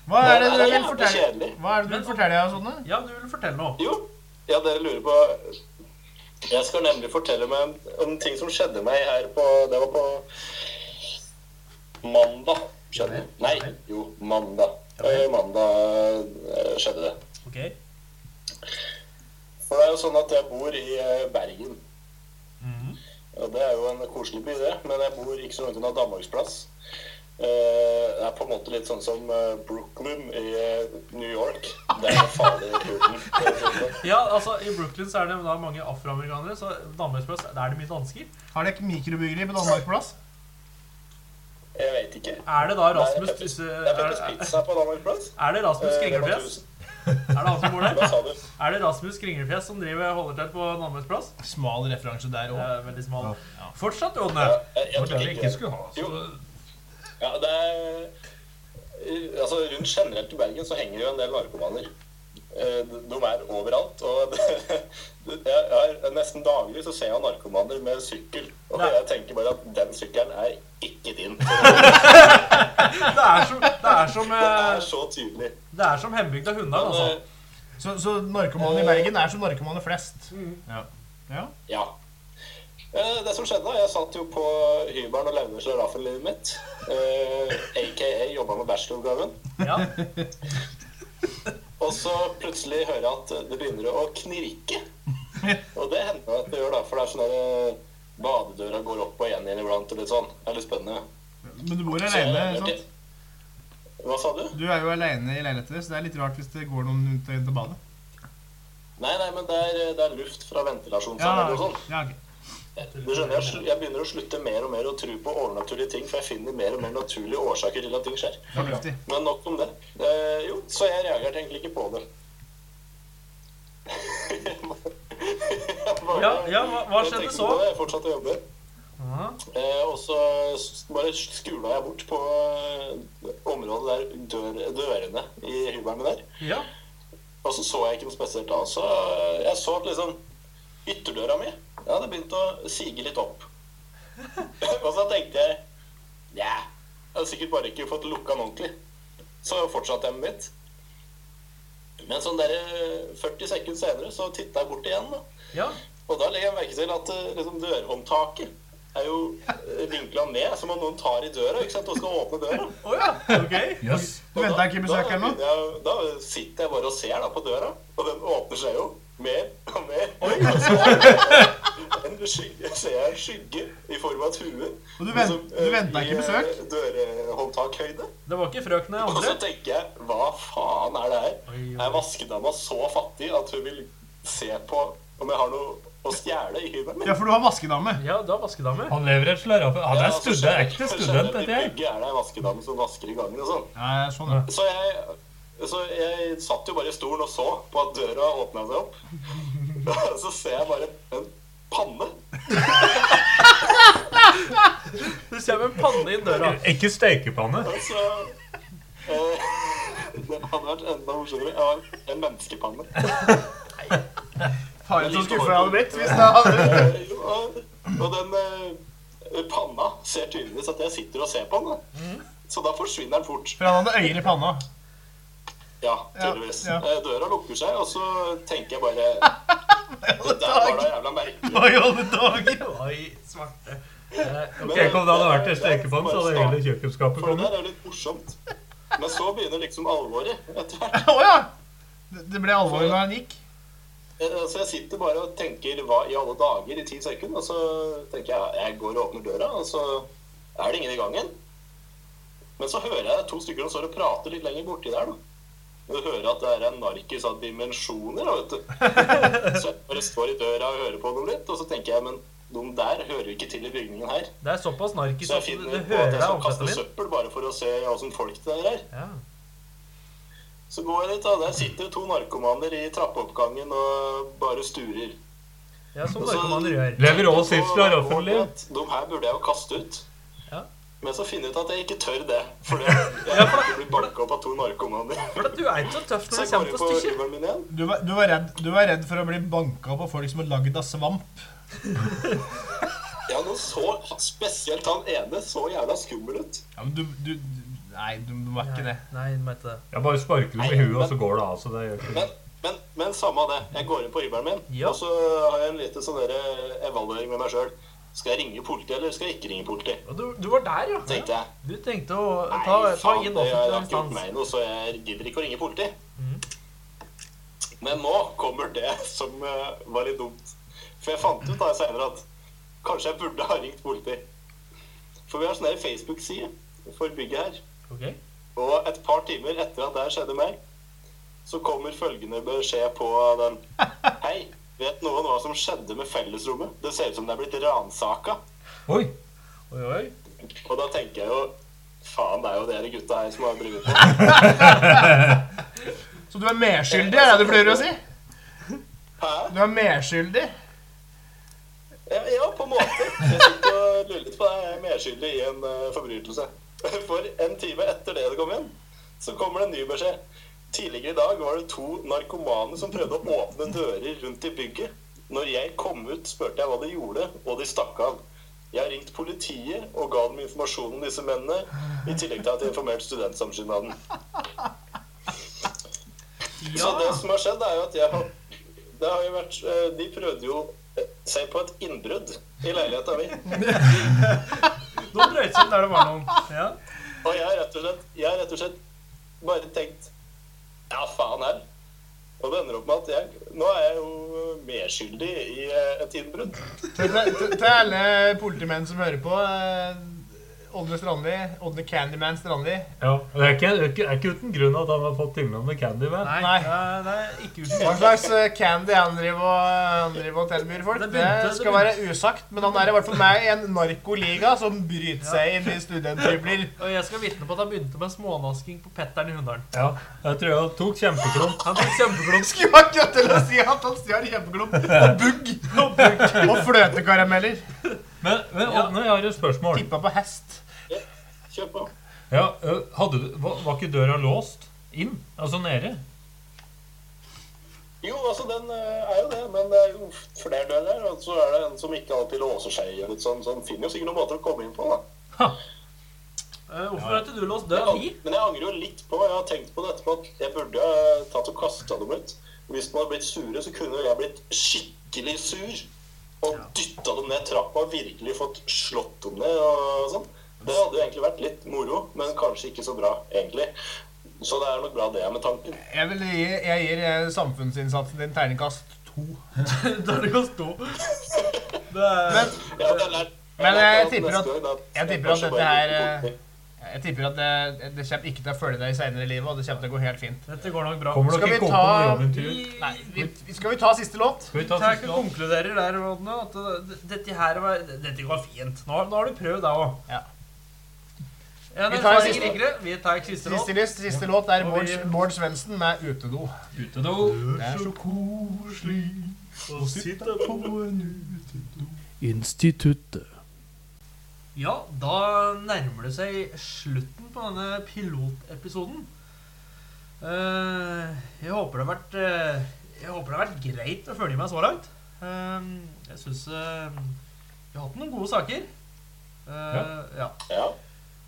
Speaker 4: Hva er det du
Speaker 5: Det er
Speaker 4: vil
Speaker 5: jævlig
Speaker 4: fortelle?
Speaker 5: kjedelig.
Speaker 4: Hva er det du vil fortelle av sånne?
Speaker 3: Ja, du vil fortelle noe.
Speaker 5: Jo, ja, dere lurer på Jeg skal nemlig fortelle meg om, om ting som skjedde meg her på Det var på mandag. Skjedde det? Nei, jo, mandag. Eh, mandag eh, skjedde det.
Speaker 3: Ok.
Speaker 5: For det er jo sånn at jeg bor i eh, Bergen. Mhm. Og det er jo en koselig by, det. Men jeg bor ikke så langt unna Danmarksplass. Eh, Det er på en måte litt sånn som eh, Brooklyn i eh, New York. Det er den farlige kulten. for å si det sånn.
Speaker 3: Ja, altså, I Brooklyn så er det da mange afroamerikanere, så Danmarksplass, der er det mye dansker.
Speaker 4: Har dere mikrobryggeri på Danmarksplass?
Speaker 5: Jeg vet ikke.
Speaker 3: Er det da Rasmus
Speaker 5: Nei,
Speaker 3: Tusse...
Speaker 5: Det er
Speaker 3: Er,
Speaker 5: Peppers
Speaker 3: er,
Speaker 5: Pizza på Danmarksplass.
Speaker 3: er det Rasmus
Speaker 5: Eh, Rema
Speaker 3: Kringlefjes?
Speaker 5: 1000.
Speaker 3: Er det han som bor
Speaker 5: Hva
Speaker 3: der?
Speaker 5: sa du?
Speaker 3: Er det Rasmus Kringlefjes som driver holder til på Danmarksplass?
Speaker 4: Smal referanse der
Speaker 3: Det
Speaker 4: òg.
Speaker 3: er Veldig smal. Fortsatt, Rodne.
Speaker 5: Ja, jeg- jeg
Speaker 2: Når
Speaker 5: tror
Speaker 2: dere ikke
Speaker 5: ikke-
Speaker 2: skulle ha
Speaker 5: Jo.
Speaker 2: så
Speaker 5: Ja, det er eh, Altså, rundt generelt i Bergen så henger det jo en del narkomaner. Eh, De de er overalt, og det- jeg har- nesten daglig så ser jeg narkomaner med sykkel. Og
Speaker 3: Nei.
Speaker 5: jeg tenker bare at den sykkelen er ikke din.
Speaker 3: Det er som, det er som,
Speaker 5: Det er
Speaker 3: eh,
Speaker 5: så tydelig.
Speaker 3: det er som hembygda hunder, altså.
Speaker 5: Men, eh,
Speaker 4: Så, så narkomane i Bergen er som narkomane flest. Ja.
Speaker 5: Ja. Eh, Det som skjedde da, jeg satt jo på hybelen og levde slaraffenlivet mitt. eh, AKA jobba med bacheloroppgaven.
Speaker 3: Ja.
Speaker 5: Og så plutselig hører jeg at det begynner å knirke. Og det hender jo at det gjør, da. For det er sånn der eh, badedøra går opp og igjen igjen iblant. og litt sånn. Det er litt spennende.
Speaker 4: Men du bor
Speaker 5: Så jeg
Speaker 4: aleine,
Speaker 5: hører
Speaker 4: sant?
Speaker 5: til- Hva sa du?
Speaker 4: Du er jo aleine i leiligheten din, så det er litt rart hvis det går noen rundt og inn til badet.
Speaker 5: Nei, nei, men det er, eh, det er luft fra
Speaker 4: Ja,
Speaker 5: ventilasjonsanlegget og sånn.
Speaker 4: ja, ok.
Speaker 5: Du skjønner, jeg, sl- jeg begynner å slutte mer og mer å tro på overnaturlige ting, for jeg finner mer og mer naturlige årsaker til at ting skjer.
Speaker 4: Fornuftig.
Speaker 5: Men nok om det. Eh, jo, så jeg reagerte egentlig ikke på det. Jeg bare-
Speaker 3: Ja, ja, hva- hva
Speaker 5: jeg
Speaker 3: skjedde
Speaker 5: tenkte
Speaker 3: så?
Speaker 5: på det, Jeg fortsatte å jobbe.
Speaker 3: Ja.
Speaker 5: Eh, og så s- bare skula jeg bort på eh, området der, dør, dørene i hybelen der.
Speaker 3: ja.
Speaker 5: Og så så jeg ikke noe spesielt da. Så jeg så at liksom ytterdøra mi Det hadde begynt å sige litt opp. og så tenkte jeg Nja, jeg hadde sikkert bare ikke fått lukka den ordentlig. Så fortsatte jeg med mitt. Men sånn der, eh, 40 sekunder senere så titta jeg bort igjen, da.
Speaker 3: ja.
Speaker 5: Og da legger jeg merke til at eh, liksom, dørhåndtaket er jo vinkla ned, som om noen tar i døra ikke sant, og skal åpne døra.
Speaker 3: Å ja. Ok.
Speaker 2: Jøss.
Speaker 4: Du venter ikke besøk
Speaker 5: da,
Speaker 4: eller noe?
Speaker 5: begynner jeg- da sitter jeg bare og ser da, på døra, og den åpner seg jo mer og mer. Og så en skygge, ser jeg en skygge i form av et hue.
Speaker 4: Og du vent-
Speaker 5: liksom,
Speaker 4: du
Speaker 5: eh,
Speaker 4: venter ikke
Speaker 5: i, eh,
Speaker 4: besøk?
Speaker 5: Dørhåndtakhøyde.
Speaker 3: Det var ikke frøkene
Speaker 5: Og så
Speaker 3: andre?
Speaker 5: tenker jeg, hva faen er det her?
Speaker 3: Oi, oi.
Speaker 5: Er vaskedama så fattig at hun vil se på om jeg har noe å stjele i hybelen min?
Speaker 4: Ja, for du har vaskedame.
Speaker 3: Ja, da vaskedame.
Speaker 2: Han lever et slaraffe... Han
Speaker 5: Ja,
Speaker 2: er
Speaker 5: altså,
Speaker 2: student,
Speaker 5: skjønner-
Speaker 2: ekte
Speaker 5: skjønner
Speaker 2: student,
Speaker 5: at i
Speaker 2: dette her.
Speaker 5: bygget er det ei vaskedame som vasker i gangen og sånn.
Speaker 4: Ja, sånn, ja.
Speaker 5: Så jeg, så jeg satt jo bare i stolen og så på at døra åpna seg opp. Og så ser jeg bare en panne.
Speaker 3: Du ser med en panne i døra.
Speaker 2: Ikke stekepanne.
Speaker 5: Og så eh, Det hadde vært enda morsommere. Jeg var en menneskepanne.
Speaker 4: Faren så skuffa jeg hadde blitt hvis det hadde
Speaker 5: Eh, jo, og, og den eh, panna ser tydeligvis at jeg sitter og ser på den. da.
Speaker 2: Mm.
Speaker 5: Så da forsvinner den fort.
Speaker 4: For han hadde øyer i panna.
Speaker 5: Ja, tydeligvis.
Speaker 4: Ja, ja.
Speaker 5: Eh, Døra lukker seg, og så tenker jeg bare Det der var da jævla merkelig.
Speaker 4: Hva i alle dager?
Speaker 3: Oi, svarte. Eh, ok.
Speaker 2: Tenk om det hadde vært en stekepanne, så hadde hele kjøkkenskapet
Speaker 5: For det
Speaker 2: kommet.
Speaker 5: der er jo litt morsomt. Men så begynner liksom alvoret etter hvert.
Speaker 4: Å ja! Det det ble alvor da han gikk.
Speaker 5: Eh, Så jeg sitter bare og tenker hva i alle dager i ti sekunder, og så tenker jeg jeg går og åpner døra, og så er det ingen i gangen. Men så hører jeg to stykker som står og prater litt lenger borti der, da. Du hører at det er en narkis av dimensjoner, da, vet du. Så jeg bare står i døra og hører på dem litt, og så tenker jeg, men de der hører jo ikke til i bygningen her.
Speaker 3: Det er såpass narkis
Speaker 5: Så
Speaker 3: at
Speaker 5: jeg
Speaker 3: du
Speaker 5: finner
Speaker 3: du
Speaker 5: på at
Speaker 3: hører
Speaker 5: jeg
Speaker 3: deg
Speaker 5: skal
Speaker 3: omkastet
Speaker 5: kaste
Speaker 3: min.
Speaker 5: søppel bare for å se åssen folk det der er.
Speaker 3: Ja.
Speaker 5: Så går jeg dit, da. Der sitter to narkomaner i trappeoppgangen og bare sturer.
Speaker 3: ja, som narkomaner gjør.
Speaker 2: Lever òg sitt slaraffenliv.
Speaker 5: At De her burde jeg jo kaste ut.
Speaker 3: Ja.
Speaker 5: Men så finner jeg ut at jeg ikke tør det. For det- jeg jeg blir banka opp av to narkomaner.
Speaker 3: For at du er ikke så tøff
Speaker 5: Så
Speaker 3: når det
Speaker 5: jeg går
Speaker 3: kommer
Speaker 5: inn
Speaker 3: til
Speaker 5: på
Speaker 3: stykket.
Speaker 5: hybelen min igjen.
Speaker 4: Du var, du, var redd, du var redd for å bli banka opp av folk som er lagd av svamp.
Speaker 5: Ja, noen så spesielt han ene så jævla skummel ut.
Speaker 4: Ja, men du, du Nei, du, du var ikke det.
Speaker 3: Nei, du vet det.
Speaker 2: Jeg bare sparker dem i huet, og så går det av. så det gjør ikke
Speaker 5: Men, men, men samme av det. Jeg går inn på hybelen min,
Speaker 3: Ja.
Speaker 5: og så har jeg en liten sånn der evaluering med meg sjøl. Skal jeg ringe politiet, eller skal jeg ikke ringe politiet?
Speaker 3: Og du, du var der, ja.
Speaker 5: Tenkte jeg.
Speaker 3: Du tenkte å
Speaker 5: Nei,
Speaker 3: ta, ta
Speaker 5: faen,
Speaker 3: inn
Speaker 5: det har
Speaker 3: offentlig
Speaker 5: ikke gjort
Speaker 3: instans.
Speaker 5: meg noe, så jeg gidder ikke å ringe politiet.
Speaker 3: Mhm.
Speaker 5: Men nå kommer det som eh, var litt dumt. For jeg fant ut da senere at kanskje jeg burde ha ringt politiet. For vi har sånn her Facebook-side for bygget her.
Speaker 3: Ok.
Speaker 5: Og et par timer etter at det her skjedde meg, så kommer følgende beskjed på den. Hei, vet noen hva som skjedde med fellesrommet? Det ser ut som det er blitt ransaka.
Speaker 2: Oi,
Speaker 3: Oi, oi.
Speaker 5: Og da tenker jeg jo Faen, det er jo dere gutta her som har drevet på.
Speaker 4: Så du er medskyldig, er det du prøver å si?
Speaker 5: Hæ?
Speaker 4: Du er medskyldig?
Speaker 5: Ja, ja, på en måte. Jeg sitter og lurer litt på deg. Jeg er medskyldig i en eh, forbrytelse. For en time etter det det kom inn, så kommer det en ny beskjed. Tidligere i dag var det to narkomane som prøvde å åpne dører rundt i bygget. Når jeg kom ut, spurte jeg hva de gjorde, og de stakk av. Jeg har ringt politiet og ga dem informasjon om disse mennene, i tillegg til at jeg informerte studentsamskipnaden. Så
Speaker 3: Ja.
Speaker 5: det som har skjedd, er jo at jeg har det har jo vært, eh, De prøvde jo Se på et innbrudd i leiligheta mi.
Speaker 3: Nå drøyt det seg der det var noen. Ja.
Speaker 5: Og jeg har rett og slett, jeg har rett og slett bare tenkt Ja, faen her. Og det ender opp med at jeg, nå er jeg jo medskyldig i eh, et innbrudd.
Speaker 4: Til, til, til alle politimenn som hører på. eh, Ådne Strandli, Ådne Candyman Strandli.
Speaker 2: Ja, og det er ikke, det er ikke- er ikke uten grunn at han har fått tilnavnet Candyman.
Speaker 3: Eh, Nei,
Speaker 4: Nei.
Speaker 3: Det, er, det er ikke
Speaker 4: Hva
Speaker 3: usikkert.
Speaker 4: slags eh, candy han driver og, han driver og tilbyr folk,
Speaker 3: Det
Speaker 4: det,
Speaker 3: begynte- det
Speaker 4: skal
Speaker 3: begynte-
Speaker 4: være usagt. Men han er i hvert fall med i en narkoliga som bryter seg inn i studenthybler.
Speaker 3: Og jeg skal vitne på at han begynte med smånasking på Petteren i Hunndalen.
Speaker 2: Ja, jeg tror han tok kjempeklump.
Speaker 3: Han tok kjempeklumsk.
Speaker 4: Skulle akkurat til å si at han stjal kjempeklump og bugg og fløtekarameller.
Speaker 2: Men, men
Speaker 3: Ja.
Speaker 2: Ådne, jeg har et spørsmål.
Speaker 4: Tippa på hest.
Speaker 5: Kjør på.
Speaker 2: Ja, ø, hadde, du- var, var ikke døra låst inn? Altså nede?
Speaker 5: Jo, altså den eh, er jo det, men det er jo flere dører der. Og så er det en som ikke alltid låser seg i, og litt sånn, så han finner jo sikkert noen måter å komme inn på, da.
Speaker 3: Eh, Hvorfor vet du du låst
Speaker 5: Men
Speaker 3: døra di?
Speaker 5: jeg- Men jeg angrer jo litt på Jeg har tenkt på det etterpå at jeg burde eh, tatt og kasta dem ut. Hvis de hadde blitt sure, så kunne jeg blitt skikkelig sur. Og dytta dem ned trappa og virkelig fått slått dem ned og sånn. Det hadde jo egentlig vært litt moro, men kanskje ikke så bra, egentlig. Så det er nok bra det er med tanken.
Speaker 4: Jeg, vil gi, jeg gir eh, samfunnsinnsatsen din terningkast to.
Speaker 3: Terningkast to. Det er
Speaker 5: Ja, det er lært.
Speaker 4: Men
Speaker 5: Det er lært
Speaker 4: jeg tipper
Speaker 5: neste
Speaker 4: at-
Speaker 5: gang, da-
Speaker 4: jeg tipper at dette
Speaker 5: kanskje bare
Speaker 4: her,
Speaker 5: litt
Speaker 4: eh, Jeg tipper at det, det kommer ikke til å følge deg senere i livet, og det kommer til å gå helt fint.
Speaker 3: Dette går nok bra.
Speaker 2: Kommer
Speaker 4: Skal
Speaker 2: dere
Speaker 4: vi
Speaker 2: ikke opp på
Speaker 4: ta-
Speaker 2: Moroventyr?
Speaker 3: Vi-
Speaker 4: Nei, vi, skal vi ta siste låt?
Speaker 2: Skal vi ta
Speaker 3: Så jeg
Speaker 2: siste
Speaker 3: ikke
Speaker 2: lån?
Speaker 3: konkluderer der, Rodne, at det- det- dette her var, dette var fint. Nå, har- nå har du prøvd det òg.
Speaker 4: Ja.
Speaker 3: Vi
Speaker 4: Vi
Speaker 3: tar
Speaker 4: tar
Speaker 3: siste
Speaker 4: siste-
Speaker 3: rikere. Vi tar siste låt.
Speaker 4: Siste, lyst, siste låt er
Speaker 3: Og
Speaker 4: Bård,
Speaker 3: vi-
Speaker 4: Bård Svendsen med 'Utedo'.
Speaker 2: Utedo.
Speaker 4: Det er så
Speaker 2: koselig å sitte på en utedo.
Speaker 1: Instituttet.
Speaker 3: Ja, da nærmer det seg slutten på denne pilotepisoden. Eh, jeg håper det har vært eh, Jeg håper det har vært greit å følge meg så langt. Eh, jeg syns vi har hatt noen gode saker. Eh, ja.
Speaker 5: Ja.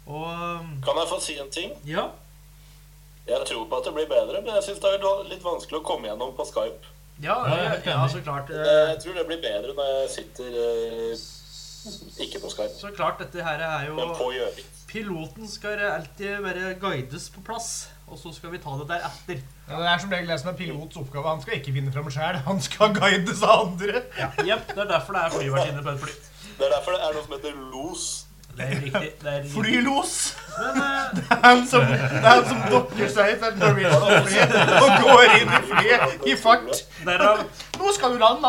Speaker 3: Og
Speaker 5: Kan jeg få si en ting?
Speaker 3: Ja.
Speaker 5: Jeg tror på at det blir bedre, men jeg syns det er litt vanskelig å komme gjennom på Skype.
Speaker 2: Ja,
Speaker 3: Ja,
Speaker 2: jeg er
Speaker 3: ja,
Speaker 2: helt
Speaker 3: ja
Speaker 2: enig.
Speaker 3: så klart. eh,
Speaker 5: Jeg tror det blir bedre når jeg sitter eh, ikke på Skype,
Speaker 3: Så klart, dette her er
Speaker 5: men
Speaker 3: jo
Speaker 5: på Gjøvik.
Speaker 3: Piloten skal alltid bare guides på plass, og så skal vi ta det deretter.
Speaker 4: Ja, det er som regel det som er pilots oppgave. Han skal ikke finne fram sjæl, han skal guides av andre.
Speaker 3: Jepp, det er derfor det er flyvertinne på et fly.
Speaker 5: Det er derfor det er noe som heter los.
Speaker 3: Det er riktig. det er riktig.
Speaker 4: Flylos!
Speaker 3: Men eh,
Speaker 4: Det er han som, det er han som dokker seg til et Norwegian-fly og går inn i flyet i fart.
Speaker 3: derav,
Speaker 4: Nå skal du lande,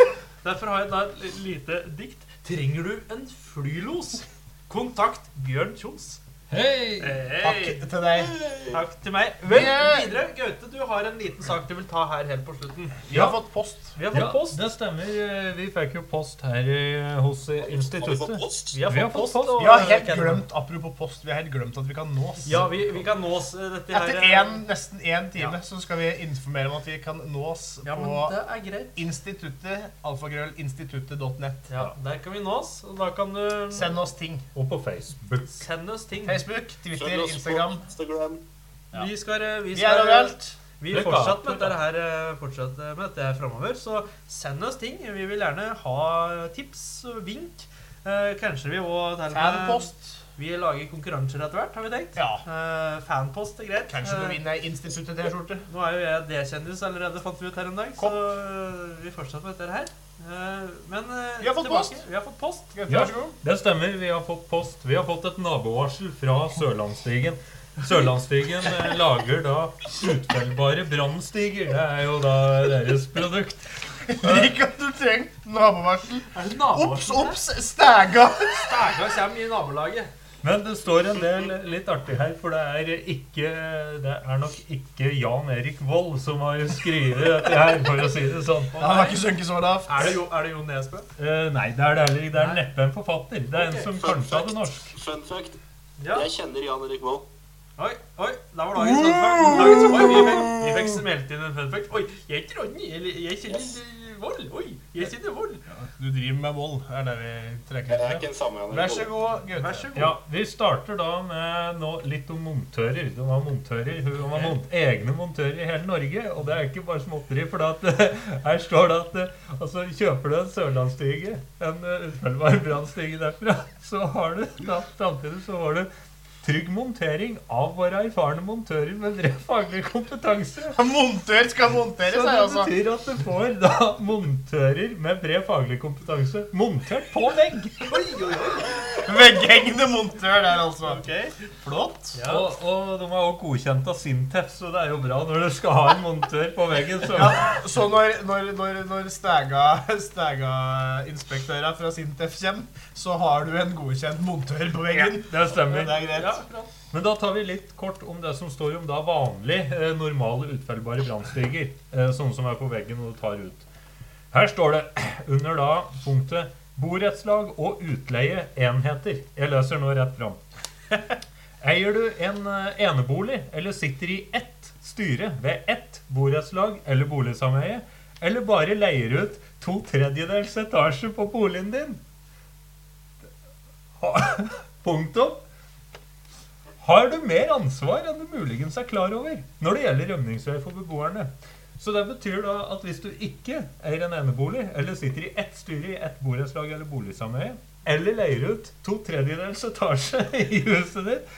Speaker 4: da!
Speaker 3: derfor har jeg da et li- lite dikt. Trenger du en flylos? Kontakt Bjørn Kjons.
Speaker 2: Hei!
Speaker 3: Hey.
Speaker 4: Takk til deg.
Speaker 3: Takk til meg. Vel, videre. Gaute, du har en liten sak du vil ta her helt på slutten.
Speaker 4: Vi har fått post.
Speaker 3: Vi har
Speaker 2: Ja,
Speaker 3: fått post.
Speaker 2: det stemmer. Eh, Vi fikk jo post her eh, hos eh,
Speaker 5: Har vi fått
Speaker 2: instituttet.
Speaker 5: post?
Speaker 3: Vi har
Speaker 2: Vi har
Speaker 3: fått
Speaker 2: fått
Speaker 3: post.
Speaker 2: post.
Speaker 3: og-
Speaker 4: Vi har helt glemt, apropos post, vi har helt glemt at vi kan nås.
Speaker 3: Ja, vi, vi kan nås eh, dette her.
Speaker 4: Etter
Speaker 3: eh,
Speaker 4: en, nesten én time så skal vi informere om at vi kan nås
Speaker 3: Ja, men
Speaker 4: på
Speaker 3: det er greit.
Speaker 4: instituttet, alfagrøllinstituttet.net.
Speaker 3: Ja, Der kan vi nås, og da kan du
Speaker 4: Send oss ting.
Speaker 2: Og på Facebook.
Speaker 3: sende oss ting.
Speaker 4: Facebook,
Speaker 5: Følg
Speaker 4: Twitter,
Speaker 5: oss på
Speaker 4: Instagram.
Speaker 5: Instagram.
Speaker 2: Ja.
Speaker 3: Vi skal, eh, vi
Speaker 4: Vi er
Speaker 3: skal
Speaker 4: overalt.
Speaker 3: Vi
Speaker 2: Det er
Speaker 3: fortsatt med
Speaker 2: klart.
Speaker 3: dette her, eh, fortsatt eh, med dette her framover, så send oss ting. Vi vil gjerne ha tips og vink. Eh, kanskje vi òg
Speaker 4: Fanpost.
Speaker 3: Vi lager konkurranser etter hvert, har vi tenkt.
Speaker 4: Ja.
Speaker 3: Eh, fanpost er greit.
Speaker 4: Kanskje du
Speaker 3: Eh,
Speaker 4: vinner ei Instituttet-T-skjorte.
Speaker 3: Nå er jo jeg D-kjendis allerede, fant vi ut her en dag,
Speaker 4: Kopp.
Speaker 3: så eh, vi fortsetter med dette her. Eh, men eh,
Speaker 4: Vi har fått
Speaker 3: tilbake.
Speaker 4: post.
Speaker 3: Vi har fått post.
Speaker 2: Ja,
Speaker 4: Vær så god.
Speaker 2: det stemmer. Vi har fått post. Vi har fått et nabovarsel fra Sørlandsstigen. Sørlandsstigen eh, lager da utfellbare brannstiger. Det er jo da deres produkt.
Speaker 4: Ikke at du trenger nabovarsel.
Speaker 3: Er det
Speaker 4: Ops, ops, stæga!
Speaker 3: Stæga kommer i nabolaget.
Speaker 2: Men det står en del litt artig her, for det er ikke Det er nok ikke Jan Erik Vold som har skrevet dette her, for å si det sånn.
Speaker 4: Han har ikke sunket så lavt.
Speaker 3: Er det, jo, er det Jon Nesbø?
Speaker 2: Eh, nei, det er det heller ikke. Det er neppe en forfatter. Det er en
Speaker 3: Ok.
Speaker 2: som kanskje hadde norsk.
Speaker 5: Fun fact,
Speaker 3: Ja.
Speaker 5: jeg kjenner Jan Erik Vold.
Speaker 3: Oi, oi, der var dagens fun fact. Dagens, oi, vi fikk, vi fikk smelt inn en fun fact. Oi, jeg er ikke Ronny. eller Jeg kjenner
Speaker 5: Yes.
Speaker 3: eh, vold! Oi, jeg sitter vold!
Speaker 4: Du driver med vold, er det vi
Speaker 5: Det
Speaker 4: trekker
Speaker 5: er
Speaker 4: ut.
Speaker 5: ikke en sammenheng.
Speaker 4: Vær så god, gutter.
Speaker 3: Vær så god.
Speaker 2: Ja, Vi starter da med nå litt om montører. De var montører, Hun var mont egne montører i hele Norge. Og det er ikke bare småtteri, for det at, her står det at eh, altså, kjøper du en sørlandsstige, en eh, utfølgbar brannstige derfra, så har du da, samtidig så har du trygg montering av våre erfarne montører med bred faglig kompetanse.
Speaker 4: Montør skal montere
Speaker 2: Så
Speaker 4: seg,
Speaker 2: det
Speaker 4: altså.
Speaker 2: betyr at du får da montører med bred faglig kompetanse montert på vegg.
Speaker 3: Oi, oi, oi.
Speaker 4: Veggengende montør der, altså.
Speaker 3: Ok.
Speaker 4: Flott.
Speaker 3: Ja.
Speaker 2: Og, og de er også godkjent av Sintef, så det er jo bra når du skal ha en montør på veggen. Så.
Speaker 4: Så når, når, når, når stega, inspektører fra Sintef kommer, så har du en godkjent montør på
Speaker 2: Ja,
Speaker 4: veggen.
Speaker 2: det
Speaker 4: Det
Speaker 2: stemmer.
Speaker 3: Ja,
Speaker 4: er greit.
Speaker 3: akkurat.
Speaker 2: Men da tar vi litt kort om det som står om da vanlig, eh, normale utfellbare brannstiger. Eh, sånne som er på veggen og du tar ut. Her står det under da punktet borettslag og utleieenheter. Jeg leser nå rett fram. Eier du en eh, enebolig eller sitter i ett styre ved ett borettslag eller boligsameie, eller bare leier ut to tredjedels etasje på boligen din? Ha- Punktum. Har du mer ansvar enn du muligens er klar over når det gjelder rømningsvei for beboerne? Så det betyr da at hvis du ikke eier en enebolig, eller sitter i ett styre i ett borettslag eller boligsameie, eller leier ut to tredjedels etasje i huset ditt,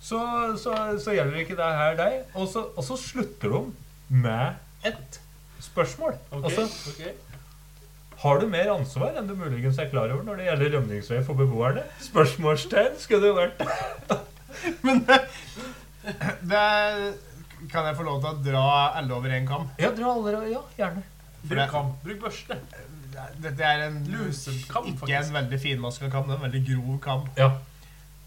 Speaker 2: så, så, så gjelder ikke det her deg. Og så, og så slutter de med et spørsmål.
Speaker 3: Ok,
Speaker 2: Altså,
Speaker 3: ok.
Speaker 2: har du mer ansvar enn du muligens er klar over når det gjelder rømningsvei for beboerne? Spørsmålstegn skulle det jo vært.
Speaker 4: Men det, det er, Kan jeg få lov til å dra alle over én kam?
Speaker 2: Ja, dra allerede. Ja, gjerne.
Speaker 3: Bruk kam. Bruk børste.
Speaker 4: Dette er en
Speaker 3: Lusekam,
Speaker 4: Ikke
Speaker 3: faktisk.
Speaker 4: en veldig finmaska kam, det er en veldig grov kam.
Speaker 2: Ja,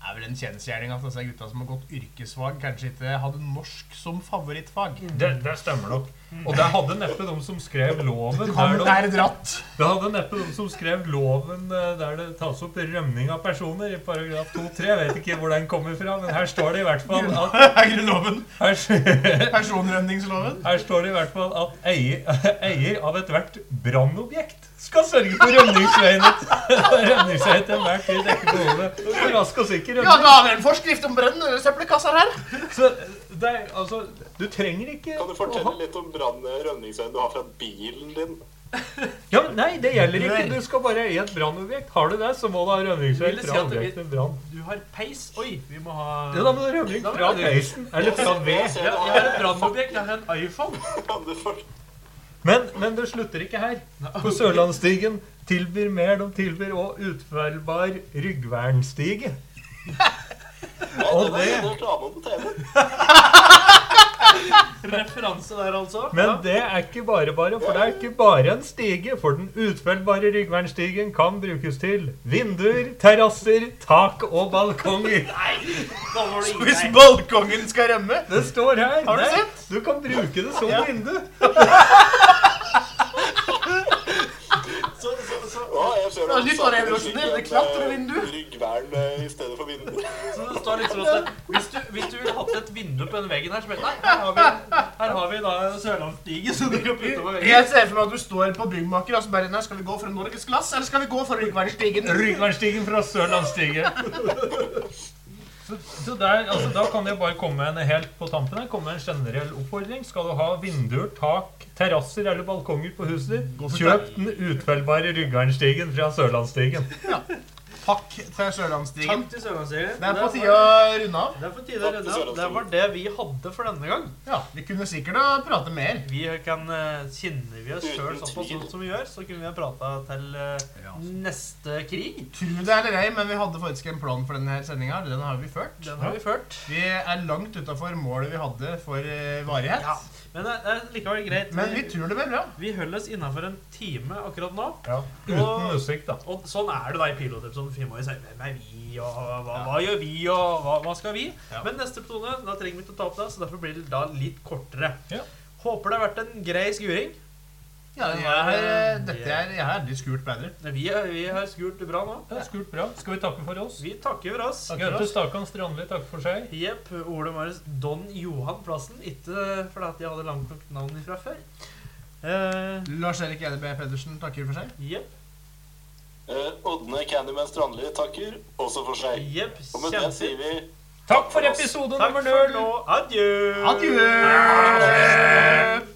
Speaker 4: Det er vel en kjensgjerning at disse gutta som har gått yrkesfag, kanskje ikke hadde norsk som favorittfag.
Speaker 2: Det, det stemmer nok. Og det hadde neppe de som skrev loven der
Speaker 4: Han
Speaker 2: de,
Speaker 4: er dratt.
Speaker 2: Det hadde neppe de som skrev loven eh, der det tas opp rømning av personer i paragraf 2-3. Jeg vet ikke hvor den kommer fra, men her står det i hvert fall at
Speaker 4: Er grunnloven.
Speaker 2: her, s-
Speaker 4: Personrømningsloven.
Speaker 2: her står det i hvert fall at eier, eier av ethvert brannobjekt skal sørge for rømningsveien Rømningsveien til enhver tid dekker behovet for rask og sikker
Speaker 4: Ja,
Speaker 2: rømning.
Speaker 4: da har vi en forskrift om brønn og søppelkasser her.
Speaker 2: Så det er, altså, du trenger ikke
Speaker 5: Kan du
Speaker 2: å ha-
Speaker 5: fortelle litt om brannrømningsveien du har fra bilen din?
Speaker 2: Ja, men Nei, det gjelder ikke.
Speaker 4: Nei.
Speaker 2: Du skal bare eie et brannobjekt. Har du det, så må du ha rømningsvei
Speaker 3: Ville si
Speaker 2: fra
Speaker 3: at vi-
Speaker 2: objektet brann.
Speaker 3: Du har peis. Oi, vi må ha
Speaker 2: Ja, da må du ha rømning
Speaker 3: Da må
Speaker 2: fra
Speaker 3: du-
Speaker 2: peisen. Eller fra ved.
Speaker 3: Ja, jeg har et brannobjekt. Jeg har en iPhone.
Speaker 5: Kan du for...
Speaker 2: Men, men det slutter ikke her. På Sørlandsstigen tilbyr mer. De tilbyr òg utfellbar ryggvernstige. Og
Speaker 5: det er
Speaker 2: det-
Speaker 5: reklame på TV.
Speaker 3: Referanse der, altså.
Speaker 2: Men det er ikke bare bare, for det er ikke bare en stige. For den utfellbare ryggvernstigen kan brukes til vinduer, terrasser, tak og balkonger.
Speaker 3: Da var det
Speaker 4: Hvis
Speaker 3: ingen-
Speaker 4: balkongen skal rømme
Speaker 2: Det står her.
Speaker 4: Har du
Speaker 2: Nei,
Speaker 4: sett?
Speaker 2: Du kan bruke det som vindu.
Speaker 3: Så, så, så,
Speaker 5: Ja, jeg ser
Speaker 4: Det er litt av revolusjonerende klatrevindu.
Speaker 5: eh, Ryggvern eh, i stedet for vindu.
Speaker 3: så det står liksom at det- hvis du, hvis du ville hatt et vindu på den veggen her, så vet Nei, her har vi, her har vi da Sørlandsstigen som du kan putte på veggen.
Speaker 4: Jeg ser for meg at du står på byggmaker og så bare Nei, skal vi gå for Norges glass, eller skal vi gå for Ryggvernstigen?
Speaker 2: Ryggvernstigen fra Sørlandsstigen. Så, så der, altså, da kan jeg bare komme med en helt på tampen her, komme med en generell oppfordring. Skal du ha vinduer, tak, terrasser eller balkonger på huset ditt, kjøp den utfellbare Ryggvernstigen fra Sørlandsstigen.
Speaker 4: Takk til Sørlandsstigen.
Speaker 3: Takk til Sørlandsstigen.
Speaker 4: Det er på
Speaker 3: var-
Speaker 4: tide å runde av.
Speaker 3: Det er på tide å
Speaker 5: Takk til
Speaker 3: runde av. Det var det vi hadde for denne gang.
Speaker 4: Ja, Vi kunne sikkert ha pratet mer.
Speaker 3: Vi kan eh, Kjenner vi oss
Speaker 5: Uten
Speaker 3: sjøl såpass
Speaker 5: tvil.
Speaker 3: godt som vi gjør, så kunne vi ha prata til eh,
Speaker 4: Ja.
Speaker 3: neste krig.
Speaker 4: Tro det eller ei, men vi hadde faktisk en plan for denne sendinga. Den har vi ført.
Speaker 3: Den har vi ført.
Speaker 4: Vi er langt utafor målet vi hadde for eh, varighet.
Speaker 3: Ja. Men det er likevel greit.
Speaker 4: Men vi tror det blir bra.
Speaker 3: vi holder oss innafor en time akkurat nå.
Speaker 2: Uten musikk, da.
Speaker 3: Og sånn er det da i pilotepisoden. for Vi må jo si hvem er vi, og hva, hva gjør vi, og hva, hva skal vi?
Speaker 4: Ja.
Speaker 3: Men neste episode da trenger vi ikke å ta opp det, så derfor blir det da litt kortere.
Speaker 2: Ja.
Speaker 3: Håper det har vært en grei skuring.
Speaker 4: Ja, jeg har, eh, dette er, jeg har aldri skurt bedre.
Speaker 3: Vi, vi har skurt bra nå.
Speaker 2: Det er skult bra. Skal vi takke for oss?
Speaker 3: Vi takker for oss.
Speaker 2: Gaute Stakan Strandli takker for seg.
Speaker 3: Jepp. Ole Marius Don Johan Plassen. Ikke fordi at jeg hadde langt nok navn ifra før. Eh,
Speaker 4: Lars-Erik EDB Pedersen takker for seg.
Speaker 3: Jepp.
Speaker 5: Eh, Ådne Candyman Strandli takker også for seg.
Speaker 3: Jepp.
Speaker 5: Og med det
Speaker 3: Kjempefint.
Speaker 5: sier vi
Speaker 2: Takk for episode
Speaker 3: Takk
Speaker 2: nummer
Speaker 3: for
Speaker 2: null!
Speaker 3: nå. Adjø.
Speaker 4: Adjø!